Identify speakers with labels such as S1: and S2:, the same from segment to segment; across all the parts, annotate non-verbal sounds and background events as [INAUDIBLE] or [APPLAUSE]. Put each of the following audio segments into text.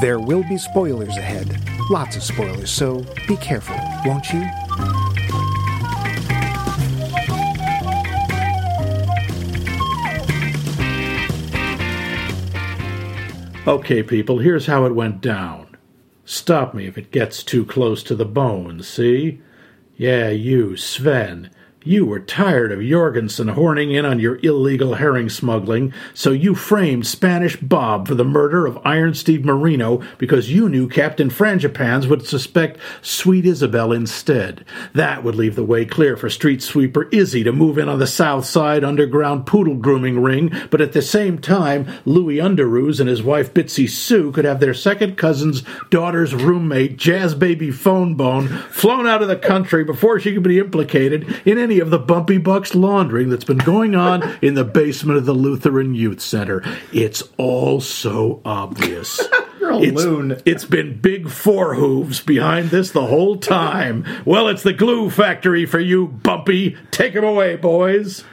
S1: There will be spoilers ahead. Lots of spoilers, so be careful, won't you?
S2: Okay, people, here's how it went down. Stop me if it gets too close to the bone, see? Yeah, you, Sven. You were tired of Jorgensen horning in on your illegal herring smuggling, so you framed Spanish Bob for the murder of Iron Steve Marino because you knew Captain Frangipans would suspect Sweet Isabel instead. That would leave the way clear for Street Sweeper Izzy to move in on the South Side underground poodle grooming ring, but at the same time, Louis Underoos and his wife Bitsy Sue could have their second cousin's daughter's roommate, Jazz Baby Phone Bone, flown out of the country before she could be implicated in any of the Bumpy Bucks laundering that's been going on in the basement of the Lutheran Youth Center. It's all so obvious.
S3: [LAUGHS] You're a
S2: It's-
S3: loon.
S2: It's been big four hooves behind this the whole time. Well, it's the glue factory for you, Bumpy. Take 'em away, boys.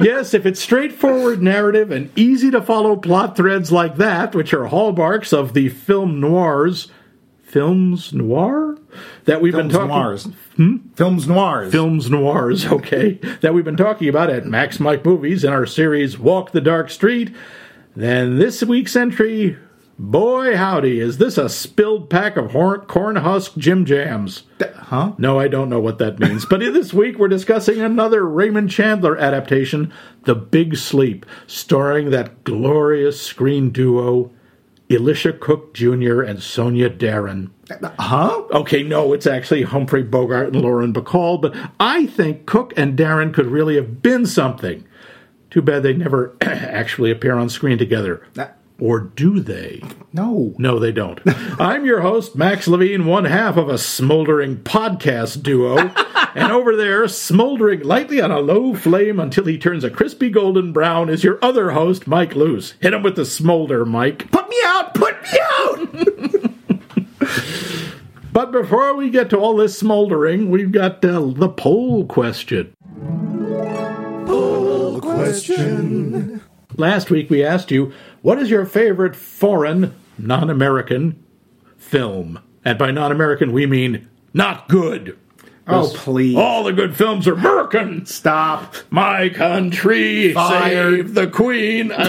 S2: Yes, if it's straightforward narrative and easy to follow plot threads like that, which are hallmarks of the film noirs, films noir that we've
S3: Films
S2: been talking
S3: noirs. Hmm? Films noirs.
S2: films noirs, [LAUGHS] okay, that we've been talking about at Max Mike Movies in our series Walk the Dark Street, then this week's entry, boy howdy, is this a spilled pack of hor- corn husk Jim Jams?
S3: huh?
S2: No, I don't know what that means. But [LAUGHS] this week we're discussing another Raymond Chandler adaptation, The Big Sleep, starring that glorious screen duo, Elisha Cook Jr. and Sonia Darren.
S3: Huh?
S2: Okay, no, it's actually Humphrey Bogart and Lauren Bacall, but I think Cook and Darren could really have been something. Too bad they never [CLEARS THROAT] actually appear on screen together.
S3: Uh,
S2: Or do they?
S3: No.
S2: No, they
S3: [LAUGHS]
S2: don't. I'm your host, Max Levine, one half of a smoldering podcast
S3: [LAUGHS]
S2: duo. and over there, smoldering lightly on a low flame until he turns a crispy golden brown, is your other host, Mike Luce. Hit him with the smolder, Mike.
S3: Put me out! Put me out!
S2: [LAUGHS] But before we get to all this smoldering, we've got uh, the poll question. Last week we asked you, what is your favorite foreign, non American film? And by non American, we mean not good.
S3: Oh, please.
S2: All the good films are American.
S3: Stop.
S2: My country,
S3: Fired.
S2: save the queen. I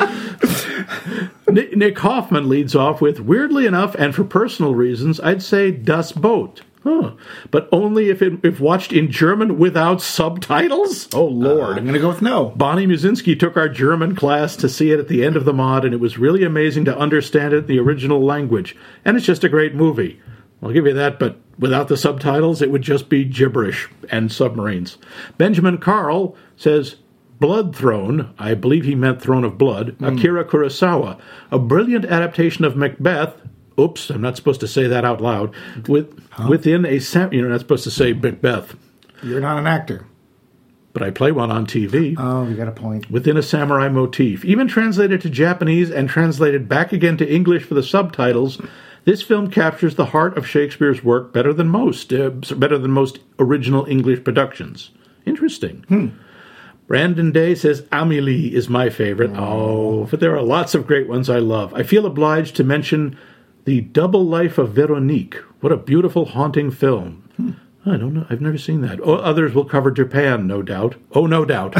S2: don't know. [LAUGHS] Nick, Nick Hoffman leads off with, weirdly enough, and for personal reasons, I'd say Das Boot. Huh. But only if it, if watched in German without subtitles. Oh Lord!
S3: I'm going to go with no.
S2: Bonnie Musinski took our German class to see it at the end of the mod, and it was really amazing to understand it in the original language. And it's just a great movie. I'll give you that, but without the subtitles, it would just be gibberish and submarines. Benjamin Carl says, Blood Throne, I believe he meant Throne of Blood, Akira Kurosawa, a brilliant adaptation of Macbeth. Oops, I'm not supposed to say that out loud. With within a sam- you're not supposed to say Macbeth,
S3: You're not an actor.
S2: but I play one on TV
S3: Oh, you got a point.
S2: within a samurai motif. Even translated to Japanese and translated back again to English for the subtitles, this film captures the heart of Shakespeare's work better than most, uh, better than most original English productions. Interesting. Brandon Day says Amelie is my favorite. Oh, but there are lots of great ones I love. I feel obliged to mention The Double Life of Veronique. What a beautiful, haunting film. I don't know. I've never seen that. Oh, others will cover Japan, no doubt. Oh, no doubt.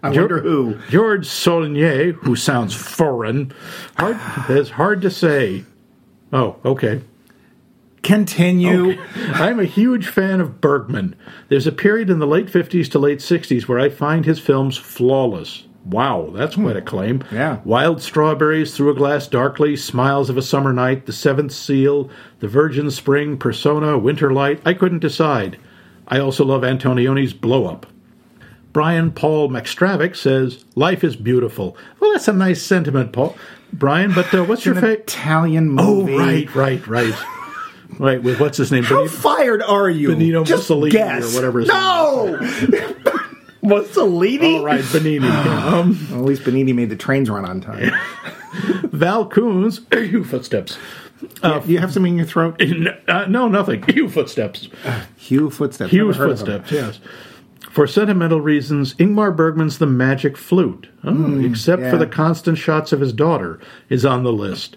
S3: I
S2: Geor-
S3: wonder who.
S2: George Saulnier, who sounds foreign, hard, is hard to say. Oh, okay.
S3: Continue.
S2: [LAUGHS] I'm a huge fan of Bergman. There's a period in the late 50s to late 60s where I find his films flawless. Wow, that's quite a claim.
S3: Yeah.
S2: Wild Strawberries, Through a Glass Darkly, Smiles of a Summer Night, The Seventh Seal, The Virgin Spring, Persona, Winter Light. I couldn't decide. I also love Antonioni's Blow Up. Brian Paul McStravick says, Life is beautiful. Well, that's a nice sentiment, Paul. Brian, but uh, what's your
S3: An
S2: favorite?
S3: Italian
S2: Oh,
S3: movie.
S2: right, right, right. right, with what's his name?
S3: How
S2: Benito-
S3: fired are you?
S2: Benito
S3: Just
S2: Mussolini or
S3: guess.
S2: whatever his
S3: No! [LAUGHS] Mussolini?
S2: All Oh, right, Benini. um,
S3: Well, Oh, at least Benini made the trains run on time.
S2: Val Coons, [COUGHS] you footsteps.
S3: Do you have something in your throat?
S2: Uh, no, nothing. You footsteps.
S3: Hugh footsteps.
S2: Huge
S3: Never heard of him.
S2: footsteps. Yes. For sentimental reasons, Ingmar Bergman's The Magic Flute, oh, except for
S3: Hmm, yeah.
S2: the constant shots of his daughter, is on the list.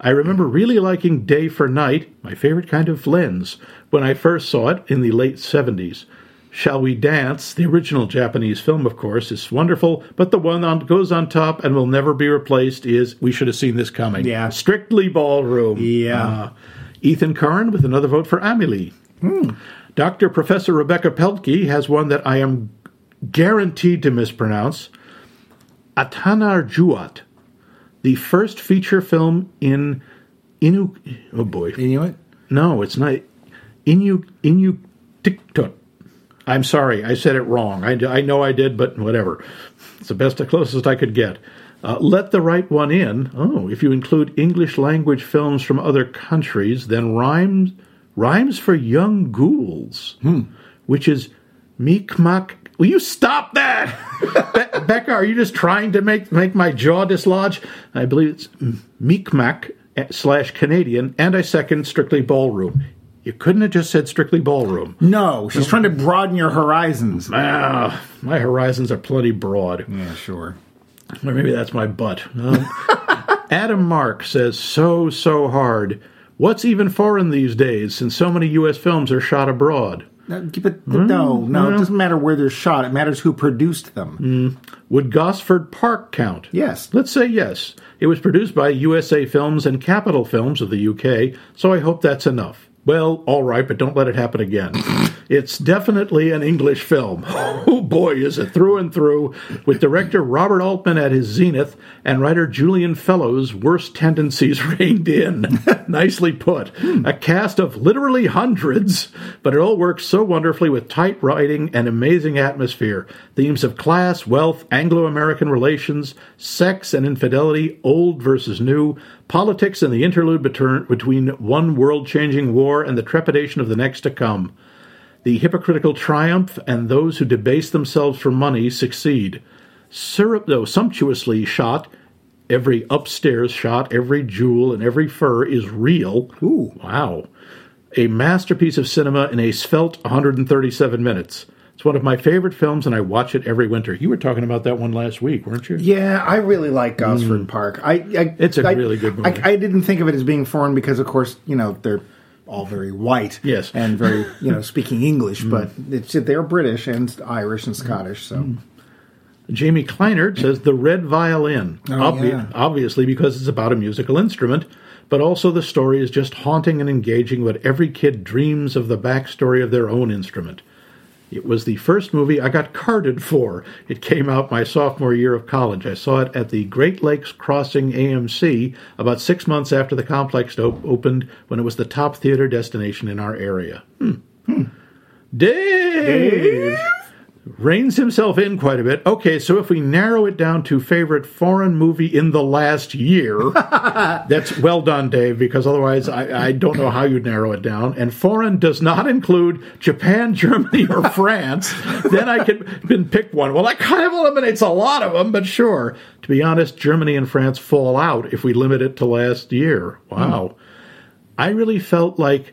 S2: I remember really liking Day for Night, my favorite kind of lens, when I first saw it in the late 70s. Shall We Dance, the original Japanese film, of course, is wonderful, but the one that goes on top and will never be replaced is We Should Have Seen This Coming.
S3: Yeah.
S2: Strictly Ballroom.
S3: Yeah.
S2: Uh, Ethan Karn with another vote for Amelie. Dr. Professor Rebecca Peltke has one that I am guaranteed to mispronounce Atanarjuat, the first feature film in Inu. Oh boy.
S3: Inuit?
S2: No, it's not. Inu. Inuktitut. I'm sorry, I said it wrong. I, I know I did, but whatever. It's the best, the closest I could get. Uh, Let the Right One In. Oh, if you include English language films from other countries, then Rhymes Rhymes for Young Ghouls, which is Mi'kmaq. Will you stop that? [LAUGHS] Be- Becca, are you just trying to make, make my jaw dislodge? I believe it's Mi'kmaq eh, slash Canadian, and I second Strictly Ballroom. You couldn't have just said Strictly Ballroom.
S3: No, she's trying to broaden your horizons.
S2: Ah, my horizons are plenty broad.
S3: Yeah, sure.
S2: Or maybe that's my butt. Um, Adam Mark says, so, so hard. What's even foreign these days since so many U.S. films are shot abroad?
S3: No, keep it- no, no, it doesn't matter where they're shot. It matters who produced them.
S2: Would Gosford Park count?
S3: Yes.
S2: Let's say yes. It was produced by USA Films and Capital Films of the UK, so I hope that's enough. Well, all right, but don't let it happen again. it's definitely an English film. [LAUGHS] Oh boy, is it through and through, with director Robert Altman at his zenith and writer Julian Fellowes' worst tendencies [LAUGHS] reined in. [LAUGHS] Nicely put. A cast of literally hundreds, but it all works so wonderfully with tight writing and amazing atmosphere. Themes of class, wealth, Anglo American relations, sex and infidelity, old versus new, politics and the interlude between between one world changing war and the trepidation of the next to come. The hypocritical triumph and those who debase themselves for money succeed. Syrup, though sumptuously shot, every upstairs shot, every jewel, and every fur is real.
S3: Ooh.
S2: Wow. A masterpiece of cinema in a svelte 137 minutes. It's one of my favorite films, and I watch it every winter. You were talking about that one last week, weren't you?
S3: Yeah, I really like Gosford Park. I, I
S2: Mm. It's a
S3: I-
S2: really good movie.
S3: I, I didn't think of it as being foreign because, of course, you know they're all very white,
S2: Yes. Mm.
S3: and very you know
S2: [LAUGHS]
S3: speaking English, but it's they're British and Irish and Scottish. So
S2: Mm. Jamie Kleinert says The Red Violin.
S3: Oh, yeah.
S2: Obviously, because it's about a musical instrument, but also the story is just haunting and engaging what every kid dreams of the backstory of their own instrument. It was the first movie I got carded for. It came out my sophomore year of college. I saw it at the Great Lakes Crossing AMC about six months after the complex op- opened when it was the top theater destination in our area. Hmm. Dave! reins himself in quite a bit. Okay, so if we narrow it down to favorite foreign movie in the last year, that's well done, Dave, because otherwise I, I don't know how you narrow it down. And foreign does not include Japan, Germany, or France. then I could then pick one. Well, that kind of eliminates a lot of them, but sure. To be honest, Germany and France fall out if we limit it to last year. Wow. I really felt like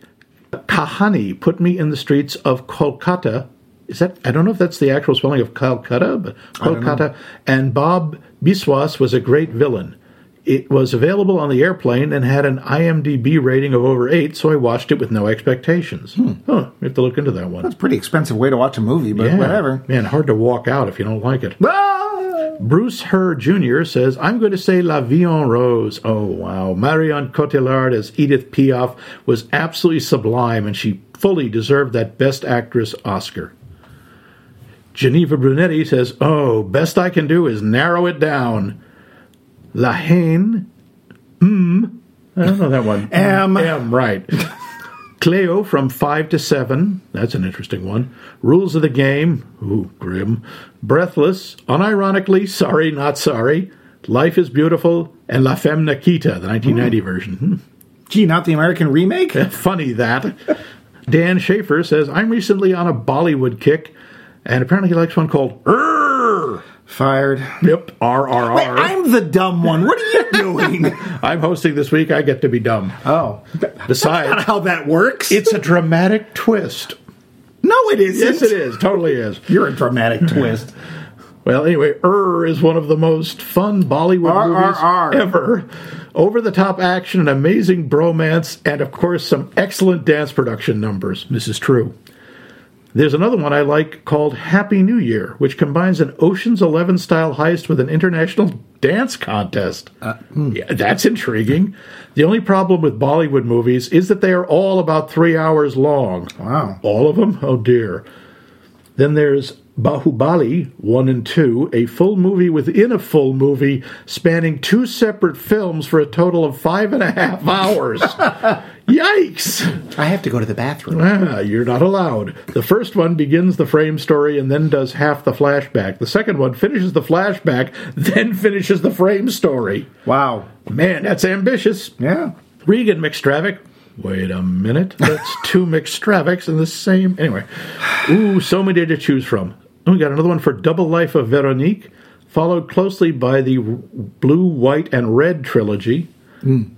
S2: Kahani put me in the streets of Kolkata. Is that I don't know if that's the actual spelling of Calcutta, but Kolkata. And Bob Biswas was a great villain. It was available on the airplane and had an IMDb rating of over eight, so I watched it with no expectations. Huh, we have to look into that one.
S3: it's a pretty expensive way to watch a movie, but
S2: Yeah.
S3: whatever.
S2: Man, hard to walk out if you don't like it.
S3: Ah!
S2: Bruce Herr Jr. says, I'm going to say La Vie en Rose. Oh, wow. Marion Cotillard as Edith Piaf was absolutely sublime, and she fully deserved that Best Actress Oscar. Geneva Brunetti says, Oh, best I can do is narrow it down. La Haine. Mm. I don't know that one.
S3: M.
S2: M, right. Cleo from 5 to 7. That's an interesting one. Rules of the Game. Ooh, grim. Breathless. Unironically, Sorry, Not Sorry. Life is Beautiful. And La Femme Nikita, the 1990 version. Hmm.
S3: Gee, not the American remake.
S2: Funny that. Dan Schaefer says, I'm recently on a Bollywood kick, and apparently he likes one called Rrrr.
S3: Fired.
S2: Yep, RRR.
S3: Wait, I'm the dumb one. What
S2: [LAUGHS]
S3: are you doing?
S2: I'm hosting this week. I get to be dumb.
S3: oh,
S2: Besides, [LAUGHS]
S3: how that works?
S2: it's a dramatic twist.
S3: No, it isn't.
S2: Yes, it is. Totally is.
S3: You're a dramatic twist.
S2: Well, anyway, Er is one of the most fun Bollywood
S3: R, R,
S2: movies
S3: R.
S2: ever. Over the top action, an amazing bromance, and of course, some excellent dance production numbers. This is true. There's another one I like called Happy New Year, which combines an Ocean's Eleven style heist with an international dance contest. Yeah, that's intriguing. The only problem with Bollywood movies is that they are all about three hours long.
S3: Wow.
S2: All of them? Oh dear. Then there's Bahubali 1 and 2, a full movie within a full movie spanning two separate films for a total of five and a half hours. Yikes!
S4: I have to go to the bathroom.
S2: Ah, you're not allowed. The first one begins the frame story and then does half the flashback. The second one finishes the flashback, [LAUGHS] then finishes the frame story.
S3: Wow.
S2: Man, that's ambitious.
S3: Yeah.
S2: Regan McStravick. Wait a minute. That's two McStravics in the same. Anyway. Ooh, so many to choose from. And We got another one for Double Life of Veronique, followed closely by the Blue, White, and Red trilogy.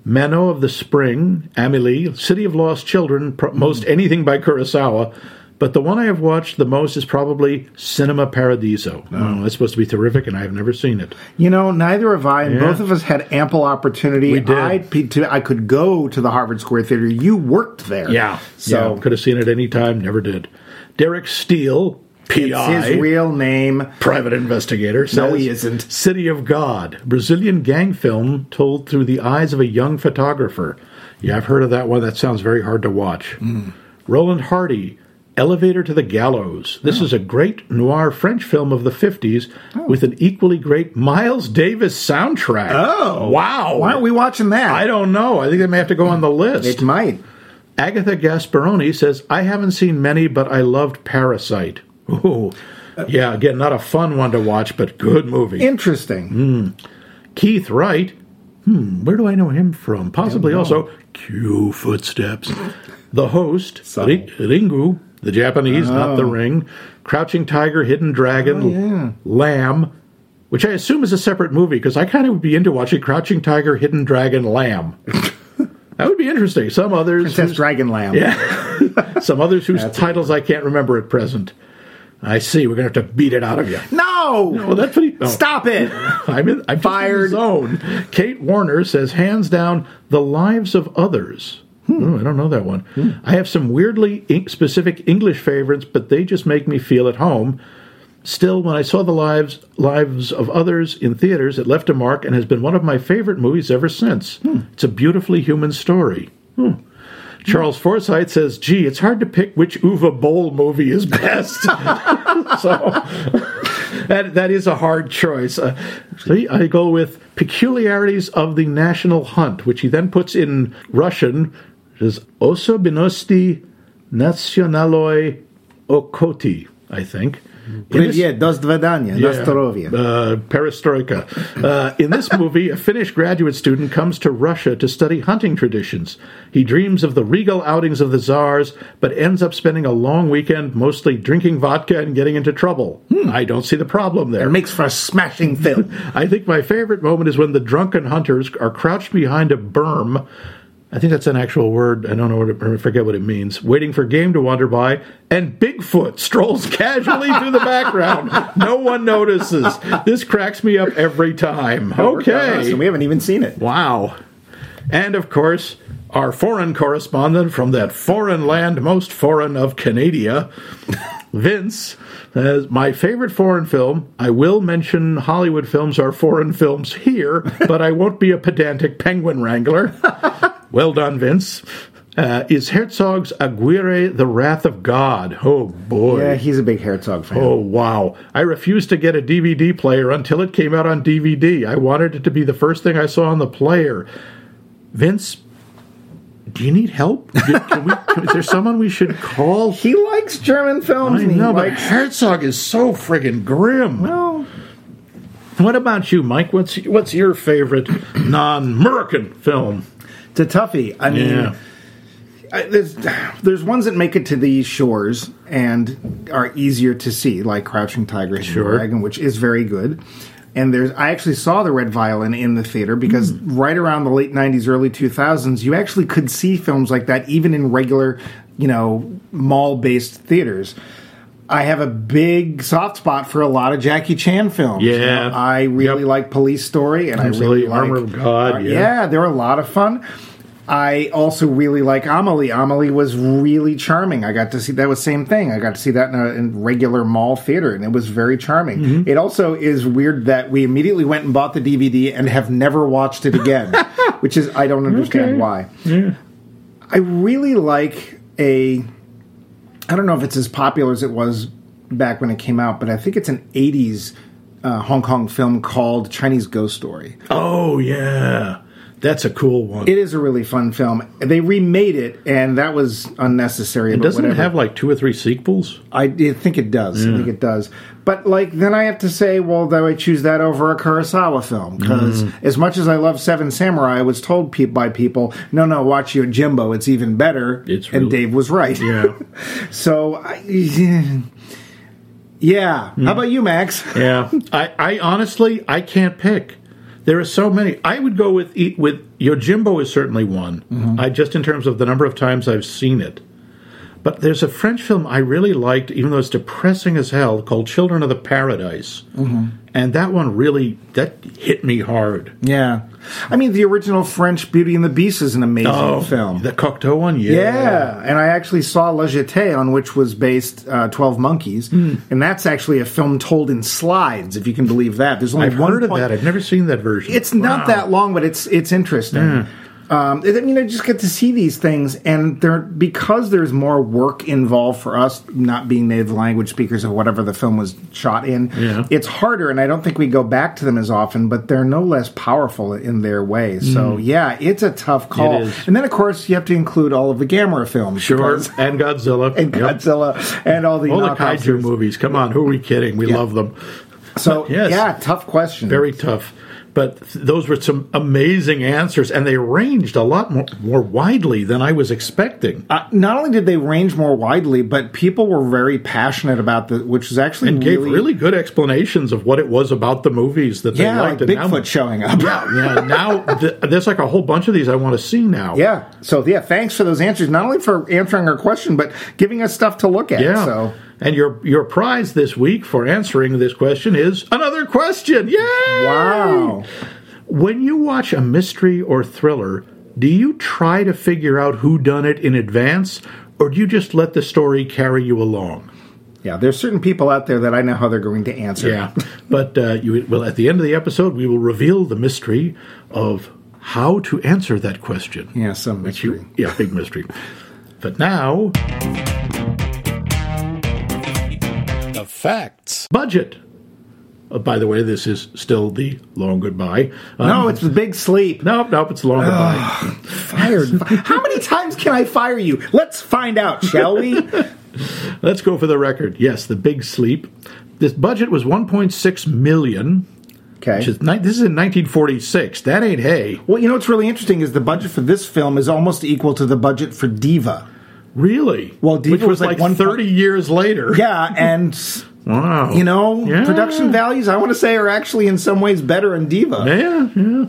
S2: Mano of the Spring, Amelie, City of Lost Children, pro- most anything by Kurosawa. But the one I have watched the most is probably Cinema Paradiso. Oh, it's supposed to be terrific, and I have never seen it.
S3: You know, neither have I. and
S2: Yeah.
S3: Both of us had ample opportunity.
S2: We did.
S3: I, pe- to, I could go to the Harvard Square Theater. You worked [LAUGHS] there.
S2: Yeah.
S3: So
S2: yeah, could have seen it any time, never did. Derek Steele,
S3: it's
S2: PI,
S3: his real name.
S2: private investigator, says,
S3: No, he isn't.
S2: City of God, Brazilian gang film told through the eyes of a young photographer. Yeah, I've heard of that one. That sounds very hard to watch.
S3: Mm.
S2: Roland Hardy, Elevator to the Gallows.
S3: Oh.
S2: This is a great noir French film of the 50s with an equally great Miles Davis soundtrack.
S3: Oh.
S2: wow.
S3: Why aren't we watching that?
S2: I don't know. I think they may have to go on the list.
S3: It might.
S2: Agatha Gasparoni says, I haven't seen many, but I loved Parasite. Ooh. Yeah, again, not a fun one to watch, but good movie.
S3: Interesting.
S2: Mm-hmm. Keith Wright, hmm, where do I know him from? Possibly also Cue Footsteps. The host, Ri- Ringu, the Japanese, not the ring. Crouching Tiger, Hidden Dragon, Lamb, which I assume is a separate movie because I kind of would be into watching Crouching Tiger, Hidden Dragon, Lamb. that would be interesting. Some others.
S3: Princess Dragon Lamb.
S2: Some others whose titles I can't remember at present. I see. We're going to have to beat it out of you.
S3: No!
S2: Well, that's pretty. oh, [LAUGHS]
S3: Stop it!
S2: I'm in. I'm fired
S3: Fired.
S2: zone. Kate Warner says, hands down, the lives of others. Oh, I don't know that one. I have some weirdly ink- specific English favorites, but they just make me feel at home. Still, when I saw the lives lives of others in theaters, it left a mark and has been one of my favorite movies ever since. It's a beautifully human story. Hmm. Charles Forsythe says, "Gee, it's hard to pick which Uva Bowl movie is best." [LAUGHS] so that that is a hard choice. Uh, see, I go with peculiarities of the national hunt, which he then puts in Russian, which is "Osobinosti nationaloi okoti," I think. In this-
S3: Привет, до свидания, до здоровья.
S2: uh, perestroika. Uh, in this movie, a Finnish graduate student comes to Russia to study hunting traditions. He dreams of the regal outings of the czars, but ends up spending a long weekend mostly drinking vodka and getting into trouble. Hmm, I don't see the problem there.
S3: It makes for a
S2: [LAUGHS]
S3: smashing film.
S2: I think my favorite moment is when the drunken hunters are crouched behind a berm. I think that's an actual word. I don't know what it, I forget what it means. Waiting for game to wander by, and Bigfoot strolls [LAUGHS] casually through the background. No one notices. This cracks me up every time. Okay.
S3: And we haven't even seen it.
S2: Wow. And of course, our foreign correspondent from that foreign land most foreign of Canada, [LAUGHS] Vince, says, My favorite foreign film, I will mention Hollywood films are foreign films here, [LAUGHS] but I won't be a pedantic penguin wrangler. [LAUGHS] well done, Vince. Uh, is Herzog's Aguirre the Wrath of God? Oh, boy.
S3: Yeah, he's a big Herzog fan.
S2: Oh, wow. I refused to get a DVD player until it came out on DVD. I wanted it to be the first thing I saw on the player. Vince, do you need help? Do- Can we, can, is there someone we should call?
S3: He likes German films.
S2: I
S3: and he
S2: know, but
S3: likes-
S2: Herzog is so friggin' grim.
S3: Well,
S2: What about you, Mike? What's what's your favorite non-American film?
S3: it's a toughie. I mean,
S2: Yeah.
S3: I, there's [SIGHS] there's ones that make it to these shores and are easier to see, like Crouching Tiger, Hidden
S2: Sure.
S3: Dragon, which is very good. And there's I actually saw the Red Violin in the theater because
S2: Hmm.
S3: right around the late '90s, early 2000s, you actually could see films like that even in regular you know, mall based theaters. I have a big soft spot for a lot of Jackie Chan films.
S2: Yeah.
S3: You know, I really
S2: Yep.
S3: like Police Story, and
S2: Absolutely.
S3: I really
S2: Armor
S3: like
S2: of God,
S3: uh,
S2: yeah.
S3: they're a lot of fun. I also really like Amelie. Amelie was really charming. I got to see that was same thing. I got to see that in a in regular mall theater, and it was very charming. It also is weird that we immediately went and bought the DVD and have never watched it again, which is I don't understand why. I really like a. I don't know if it's as popular as it was back when it came out, but I think it's an '80s uh, Hong Kong film called Chinese Ghost Story.
S2: Oh yeah, that's a cool one.
S3: It is a really fun film. They remade it, and that was unnecessary. but
S2: Doesn't it
S3: whatever.
S2: have like two or three sequels?
S3: I, I think it does. I think it does. But like, then I have to say, well, do I choose that over a Kurosawa film? Because
S2: Mm.
S3: as much as I love Seven Samurai, I was told pe- by people, no, no, watch your Jimbo. It's even better.
S2: It's
S3: and
S2: real-
S3: Dave was right.
S2: Yeah,
S3: [LAUGHS] So, I, [LAUGHS] yeah. Yeah.
S2: Mm.
S3: How about you, Max?
S2: yeah. I, I honestly, I can't pick. There are so many. I would go with eat with Yojimbo is certainly one.
S3: Mm-hmm.
S2: I just in terms of the number of times I've seen it. But there's a French film I really liked, even though it's depressing as hell, called Children of the Paradise,
S3: Mm-hmm.
S2: and that one really that hit me hard.
S3: Yeah. I mean, the original French Beauty and the Beast is an amazing film.
S2: Oh, the Cocteau one,
S3: yeah, and I actually saw Le Jeté, on which was based uh, Twelve Monkeys,
S2: Hmm.
S3: and that's actually a film told in slides, if you can believe that. There's only
S2: I've
S3: one
S2: heard of
S3: point-
S2: that. I've never seen that version.
S3: It's not
S2: Wow. Hmm.
S3: that long, but it's it's interesting. Um, I mean, I just get to see these things, and there because there's more work involved for us not being native language speakers or whatever the film was shot in.
S2: Yeah.
S3: It's harder, and I don't think we go back to them as often, but they're no less powerful in their way. So yeah, it's a tough call.
S2: Hmm. is.
S3: And then of course you have to include all of the Gamera films,
S2: Sure,
S3: because-
S2: and Godzilla.
S3: and
S2: Yep.
S3: Godzilla, and all the
S2: All the
S3: knockoffs.
S2: kaiju movies. Come on, who are we kidding? We love them.
S3: So
S2: [LAUGHS] Yes.
S3: yeah, tough question.
S2: Very tough. But th- those were some amazing answers, and they ranged a lot more, more widely than I was expecting.
S3: Uh, not only did they range more widely, but people were very passionate about the, which was actually
S2: and gave
S3: really,
S2: really, good explanations of what it was about the movies that
S3: yeah,
S2: they
S3: like
S2: liked. and
S3: Bigfoot showing up.
S2: now, yeah,
S3: [LAUGHS]
S2: now th- there's like a whole bunch of these I want to see now.
S3: Yeah. So yeah, thanks for those answers. Not only for answering our question, but giving us stuff to look at.
S2: Yeah.
S3: So
S2: And your your prize this week for answering this question is another question. Yay!
S3: wow.
S2: When you watch a mystery or thriller, do you try to figure out who done it in advance or do you just let the story carry you along?
S3: Yeah, there's certain people out there that I know how they're going to answer.
S2: Yeah. [LAUGHS] but uh, you well at the end of the episode we will reveal the mystery of how to answer that question.
S3: Yeah, some mystery.
S2: You- yeah, big mystery. But now the facts. Budget. Uh, by the way, this is still the long goodbye. Uh,
S3: No, it's the
S2: [LAUGHS]
S3: big sleep.
S2: nope, nope, it's long goodbye.
S3: Fired. [LAUGHS] how many times can I fire you? Let's find out,
S2: [LAUGHS]
S3: shall we?
S2: Let's go for the record. Yes, the big sleep. This budget was 1.6 million.
S3: Okay.
S2: Which is ni- this is in 1946. That ain't hay.
S3: well, you know what's really interesting is the budget for this film is almost equal to the budget for Diva.
S2: Really?
S3: Well, Diva
S2: which was
S3: was like
S2: like,
S3: one
S2: 30 years later.
S3: Yeah, and
S2: Wow.
S3: You know,
S2: Yeah.
S3: production values, I want to say, are actually in some ways better in Diva.
S2: Yeah, yeah.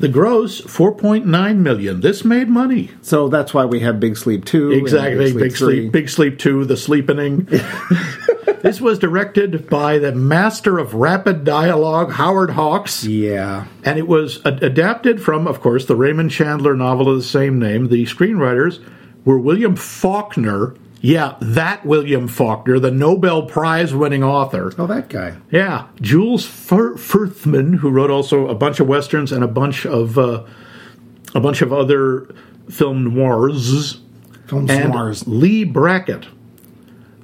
S2: The gross 4.9 million. This made money.
S3: So that's why we have Big Sleep 2. and
S2: Exactly. Big sleep. Big sleep two. The sleepening.
S3: [LAUGHS]
S2: this was directed by the master of rapid dialogue, Howard Hawks.
S3: 3. Yeah.
S2: and it was ad- adapted from, of course, the Raymond Chandler novel of the same name. The screenwriters were William Faulkner, yeah, that William Faulkner, the Nobel Prize winning author.
S3: Oh, that guy.
S2: Yeah, Jules Fir- Firthman, who wrote also a bunch of westerns and a bunch of uh, a bunch of other film noirs,
S3: Film
S2: and
S3: Noirs.
S2: Lee Brackett.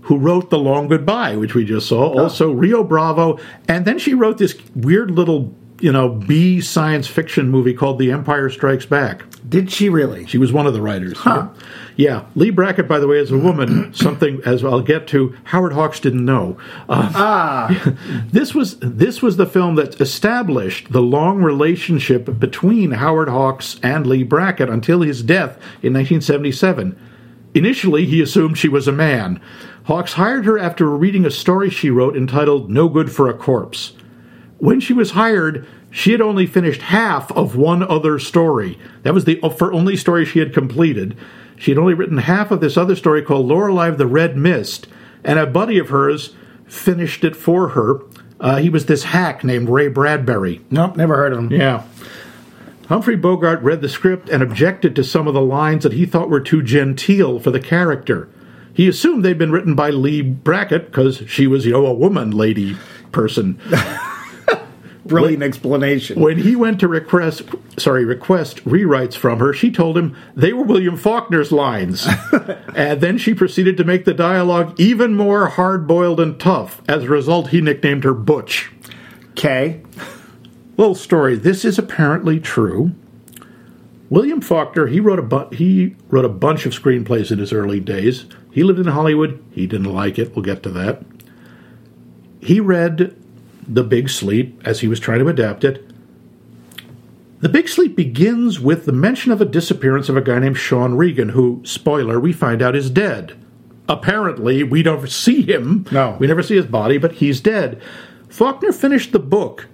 S2: Who wrote The Long Goodbye, which we just saw, also Rio Bravo, and then she wrote this weird little, you know, B science fiction movie called The Empire Strikes Back.
S3: Did she really?
S2: She was one of the writers. Yeah. Yeah. Lee Brackett, by the way, is a woman, something as I'll get to. Howard Hawks didn't know. Uh,
S3: Ah.
S2: this was this was the film that established the long relationship between Howard Hawks and Lee Brackett until his death in 1977. Initially, he assumed she was a man. Hawks hired her after reading a story she wrote entitled "No Good for a Corpse." when she was hired, she had uh, only finished half of one other story. That was the for only story she had completed. She'd only written half of this other story called Lorelei of the Red Mist, and a buddy of hers finished it for her. Uh, he was this hack named Ray Bradbury.
S3: Nope, never heard of him.
S2: Yeah. Humphrey Bogart read the script and objected to some of the lines that he thought were too genteel for the character. He assumed they'd been written by Lee Brackett because she was, you know, a woman lady person.
S3: Brilliant explanation.
S2: When he went to request, sorry, request rewrites from her, she told him they were William Faulkner's lines, and then she proceeded to make the dialogue even more hard-boiled and tough. As a result, he nicknamed her Butch.
S3: Okay.
S2: Little story. This is apparently true. William Faulkner he wrote a bu- he wrote a bunch of screenplays in his early days. He lived in Hollywood. He didn't like it. We'll get to that. He read The Big Sleep as he was trying to adapt it. The Big Sleep begins with the mention of a disappearance of a guy named Sean Regan, who, spoiler, we find out is dead. Apparently, we don't see him.
S3: No.
S2: We never see his body, but he's dead. Faulkner finished the book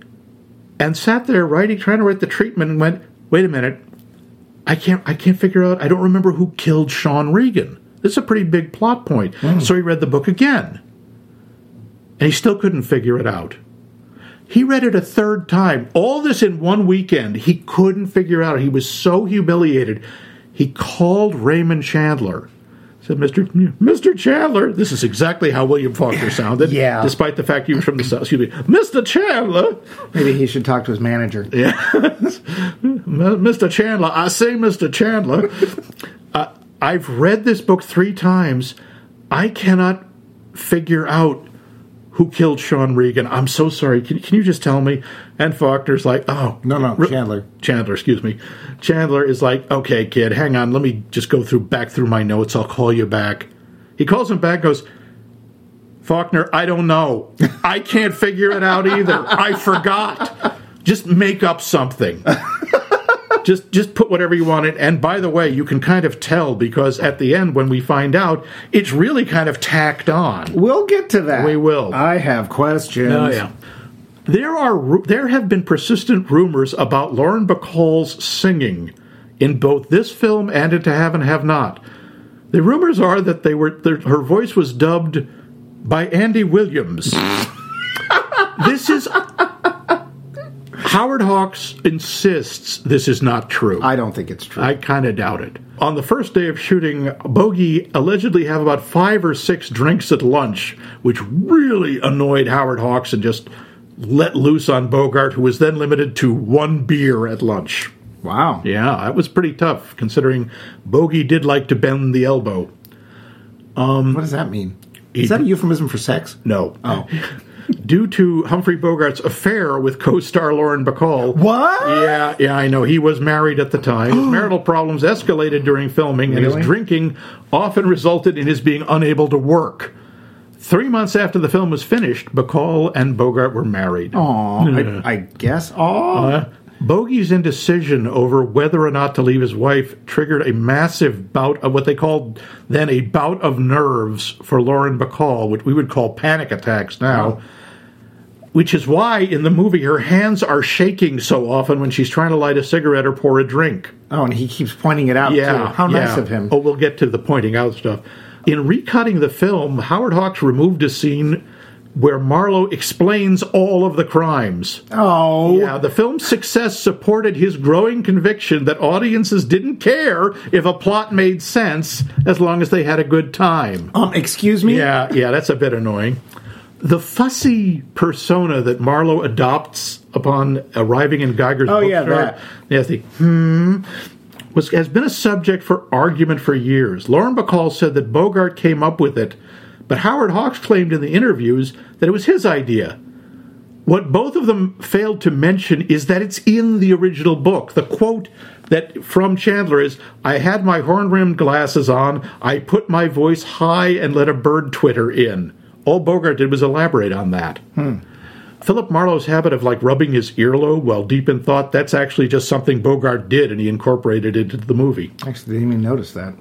S2: and sat there writing, trying to write the treatment, and went, "Wait a minute, I can't, I can't figure out. I don't remember who killed Sean Regan. This is a pretty big plot point." So he read the book again, and he still couldn't figure it out. He read it a third time. All this in one weekend. He couldn't figure out. He was so humiliated. He called Raymond Chandler. Said, "Mr. Mr. Chandler, this is exactly how William Faulkner sounded.
S3: Yeah.
S2: despite the fact he was from the south. Excuse me, Mr. Chandler."
S3: Maybe he should talk to his manager.
S2: M- Mr. Chandler, I say, Mr. Chandler, uh, I've read this book three times. I cannot figure out who killed Sean Regan. I'm so sorry. Can, can you just tell me? And Faulkner's like, oh.
S3: No, no,
S2: Re-
S3: Chandler.
S2: Chandler, excuse me. Chandler is like, okay, kid, hang on. Let me just go through back through my notes. I'll call you back. He calls him back, goes, Faulkner, I don't know. I can't figure it out either. I forgot. Just make up something. just just put whatever you want in. And by the way, you can kind of tell because at the end when we find out, it's really kind of tacked on.
S3: We'll get to that.
S2: We will. Oh,
S3: I have questions.
S2: There are ru- there have been persistent rumors about Lauren Bacall's singing in both this film and in To Have and Have Not. The rumors are that they were that her voice was dubbed by Andy Williams. this is Howard Hawks insists this is not true.
S3: I don't think it's true.
S2: I kind of doubt it. On the first day of shooting, Bogey allegedly had about five or six drinks at lunch, which really annoyed Howard Hawks and just let loose on Bogart, who was then limited to one beer at lunch.
S3: wow.
S2: Yeah, that was pretty tough, considering Bogey did like to bend the elbow.
S3: What does that mean? Is that a euphemism for sex?
S2: No.
S3: Oh.
S2: [LAUGHS] Due to Humphrey Bogart's affair with co star Lauren Bacall.
S3: What?
S2: Yeah, yeah, I know. He was married at the
S3: [GASPS]
S2: time. His marital problems escalated during filming, and
S3: Really?
S2: his drinking often resulted in his being unable to work. Three months after the film was finished, Bacall and Bogart were married.
S3: Aw, I, I guess. Aw.
S2: Bogey's indecision over whether or not to leave his wife triggered a massive bout of what they called then a bout of nerves for Lauren Bacall, which we would call panic attacks now. Which is why in the movie her hands are shaking so often when she's trying to light a cigarette or pour a drink.
S3: oh, and he keeps pointing it out,
S2: Yeah.
S3: too. How nice
S2: yeah.
S3: of him.
S2: Oh, we'll get to the pointing out stuff. In recutting the film, Howard Hawks removed a scene where Marlowe explains all of the crimes.
S3: Oh.
S2: Yeah, the film's success supported his growing conviction that audiences didn't care if a plot made sense as long as they had a good time.
S3: Um, excuse me?
S2: Yeah, yeah, that's a bit annoying. The fussy persona that Marlowe adopts upon arriving in Geiger's
S3: Oh, yeah,
S2: bookstore-
S3: that.
S2: Yeah, the hmm was has been a subject for argument for years. Lauren Bacall said that Bogart came up with it, but Howard Hawks claimed in the interviews that it was his idea. What both of them failed to mention is that it's in the original book. The quote that from Chandler is I had my horn rimmed glasses on, I put my voice high and let a bird twitter in. All Bogart did was elaborate on that. Philip Marlowe's habit of like rubbing his earlobe while deep in thought, that's actually just something Bogart did and he incorporated it into the movie.
S3: Actually, didn't even notice that.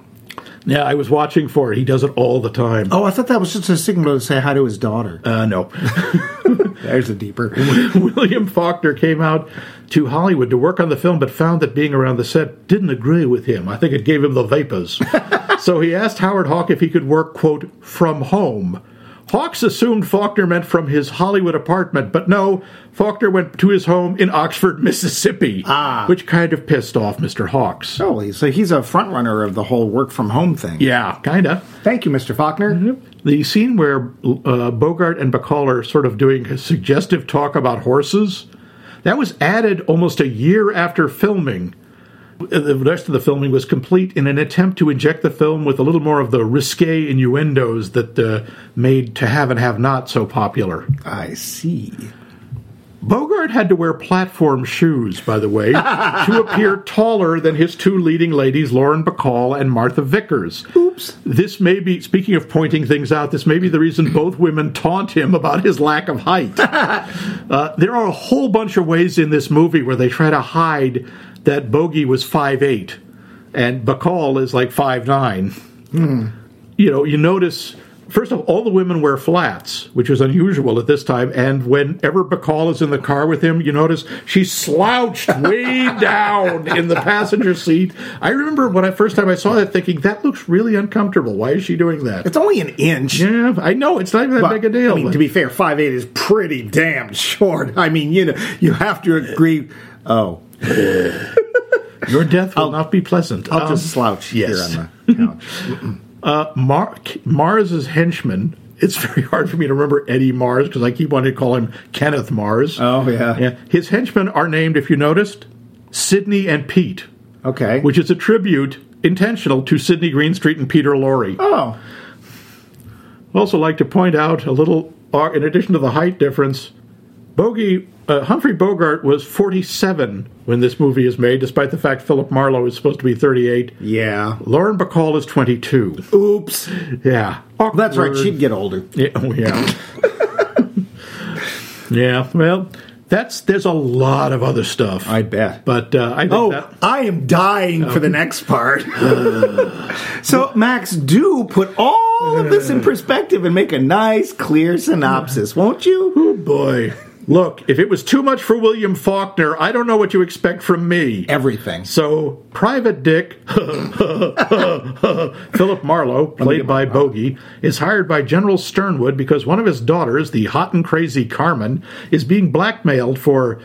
S2: Yeah, I was watching for it. He does it all the time.
S3: Oh, I thought that was just a signal to say hi to his daughter.
S2: Uh, [LAUGHS] no.
S3: There's a deeper.
S2: [LAUGHS] William Faulkner came out to Hollywood to work on the film, but found that being around the set didn't agree with him. I think it gave him the vapors. so he asked Howard Hawk if he could work, quote, from home. Hawks assumed Faulkner meant from his Hollywood apartment, but no, Faulkner went to his home in Oxford, [LAUGHS] Mississippi, ah. which kind of pissed off Mr. Hawks.
S3: [LAUGHS] Holy, so he's a front runner of the whole work from home thing.
S2: Yeah, kinda.
S3: Thank you, Mr. Faulkner.
S2: The scene where uh, Bogart and Bacall are sort of doing a suggestive talk about horses, that was added almost a year after filming. The rest of the filming was complete in an attempt to inject the film with a little more of the risque innuendos that uh, made To Have and Have Not so popular.
S3: I see.
S2: Bogart had to wear platform shoes, by the way, to appear taller than his two leading ladies, Lauren Bacall and Martha Vickers.
S3: Oops.
S2: This may be, speaking of pointing things out, this may be the reason both women taunt him about his lack of height. uh, there are a whole bunch of ways in this movie where they try to hide that Bogey was 5'8 and Bacall is like 5'9. You know, you notice first of all, all the women wear flats, which is unusual at this time. And whenever Bacall is in the car with him, you notice she's slouched
S3: [LAUGHS]
S2: way down in the passenger seat. I remember when I first time I saw that, thinking that looks really uncomfortable. Why is she doing that?
S3: It's only an inch.
S2: Yeah, I know it's not even that
S3: But,
S2: big a deal.
S3: I mean, to be fair, five eight is pretty damn [LAUGHS] short. I mean, you know, you have to agree. Oh,
S2: Your death will not be pleasant.
S3: I'll
S2: Um,
S3: just slouch
S2: yes.
S3: here on the couch.
S2: Uh, Mar- Mars's henchman. It's [LAUGHS] very hard for me to remember Eddie Mars because I keep wanting to call him Kenneth Mars.
S3: Oh, yeah.
S2: yeah. His henchmen are named, if you noticed, Sidney and Pete,
S3: [LAUGHS] Okay.
S2: which is a tribute intentional to Sidney Greenstreet and Peter Lorre.
S3: oh,
S2: Also, like to point out a little, uh, in addition to the height difference, Bogey uh, Humphrey Bogart was 47 when this movie is made, despite the fact Philip Marlowe is supposed to be 38.
S3: yeah.
S2: Lauren Bacall is 22.
S3: Oops.
S2: Yeah.
S3: That's right. She'd get older.
S2: Yeah, [LAUGHS] oh, yeah. yeah. Well, that's there's a lot of other stuff.
S3: I bet.
S2: but uh, I think
S3: Oh,
S2: that,
S3: I am dying for the next part. [LAUGHS] so, Max, do put all of this in perspective and make a nice, clear synopsis, won't you?
S2: oh boy. Look, if it was too much for William Faulkner, I don't know what you expect from me.
S3: Everything.
S2: So, Private Dick, [LAUGHS] Philip Marlowe, played by Bogey, is hired by General Sternwood because one of his daughters, the hot and crazy Carmen, is being blackmailed for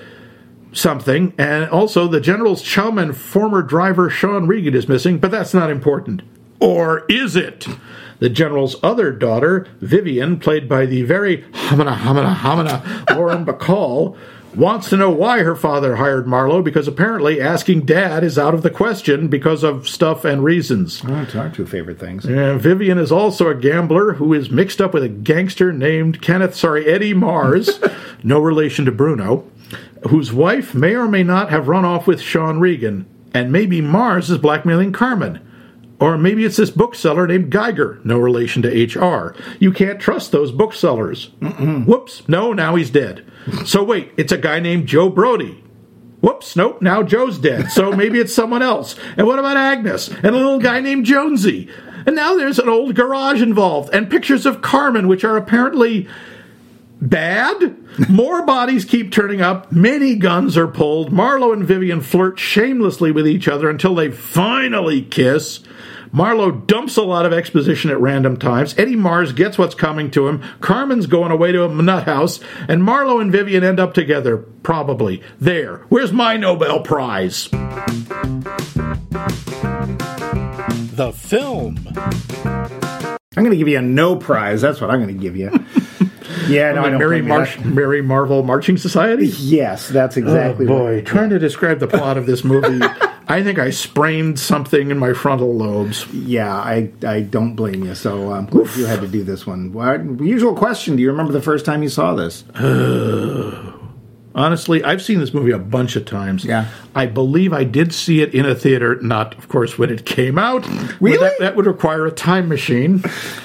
S2: something, and also the General's chum and former driver Sean Regan is missing, but that's not important. Or is it? The General's other daughter, Vivian, played by the very hamina hamina hamina Lauren Bacall, wants to know why her father hired Marlowe because apparently asking dad is out of the question because of stuff and reasons.
S3: our two favorite things.
S2: Uh, Vivian is also a gambler who is mixed up with a gangster named Kenneth, sorry, Eddie Mars, no relation to Bruno, whose wife may or may not have run off with Sean Regan. And maybe Mars is blackmailing Carmen. Or maybe it's this bookseller named Geiger, no relation to HR. You can't trust those booksellers. Whoops, no, now he's dead. So wait, it's a guy named Joe Brody. Whoops, nope, now Joe's dead. So maybe it's someone else. And what about Agnes? And a little guy named Jonesy. And now there's an old garage involved and pictures of Carmen, which are apparently bad. More bodies keep turning up. Many guns are pulled. Marlowe and Vivian flirt shamelessly with each other until they finally kiss. Marlowe dumps a lot of exposition at random times. Eddie Mars gets what's coming to him. Carmen's going away to a nut house, and Marlowe and Vivian end up together, probably. There. Where's my Nobel Prize? The film.
S3: I'm going to give you a no prize. That's what I'm going to give [LAUGHS] you. yeah, no, I don't
S2: Mary,
S3: blame you.
S2: Marsh,
S3: That-
S2: Mary Marvel Marching Society?
S3: Yes, that's exactly.
S2: Oh,
S3: what-
S2: boy, trying to describe the plot of this movie, I think I sprained something in my frontal lobes.
S3: Yeah, I, I don't blame you. So um, you had to do this one. Well, usual question: Do you remember the first time you saw this?
S2: Honestly, I've seen this movie a bunch of times.
S3: Yeah.
S2: I believe I did see it in a theater, not, of course, when it came out.
S3: Really?
S2: That, that would require a time machine.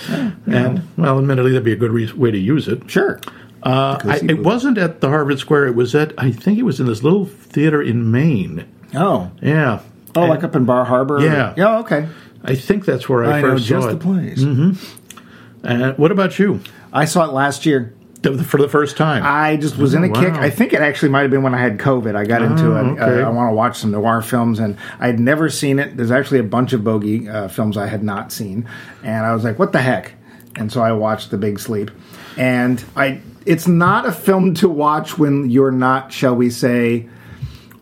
S2: and, well, admittedly, that'd be a good re- way to use it.
S3: Sure.
S2: Uh, I,
S3: see
S2: it
S3: movie.
S2: wasn't at the Harvard Square. It was at, I think it was in this little theater in Maine.
S3: Oh,
S2: Yeah.
S3: oh, like up in Bar Harbor.
S2: Yeah.
S3: Yeah. Okay.
S2: I think that's where I,
S4: I know
S2: first
S4: just
S2: saw
S4: the
S2: it.
S4: plays.
S2: And what about you?
S3: I saw it last year.
S2: Th- For the first time,
S3: I just was in a
S2: Oh, wow. Oh,
S3: kick. I think it actually might have been when I had COVID. I got into it. Uh,
S2: okay.
S3: I want to watch some noir films, and I had never seen it. There's actually a bunch of bogey uh, films I had not seen, and I was like, "What the heck?" And so I watched The Big Sleep, and I. It's not a film to watch when you're not, shall we say,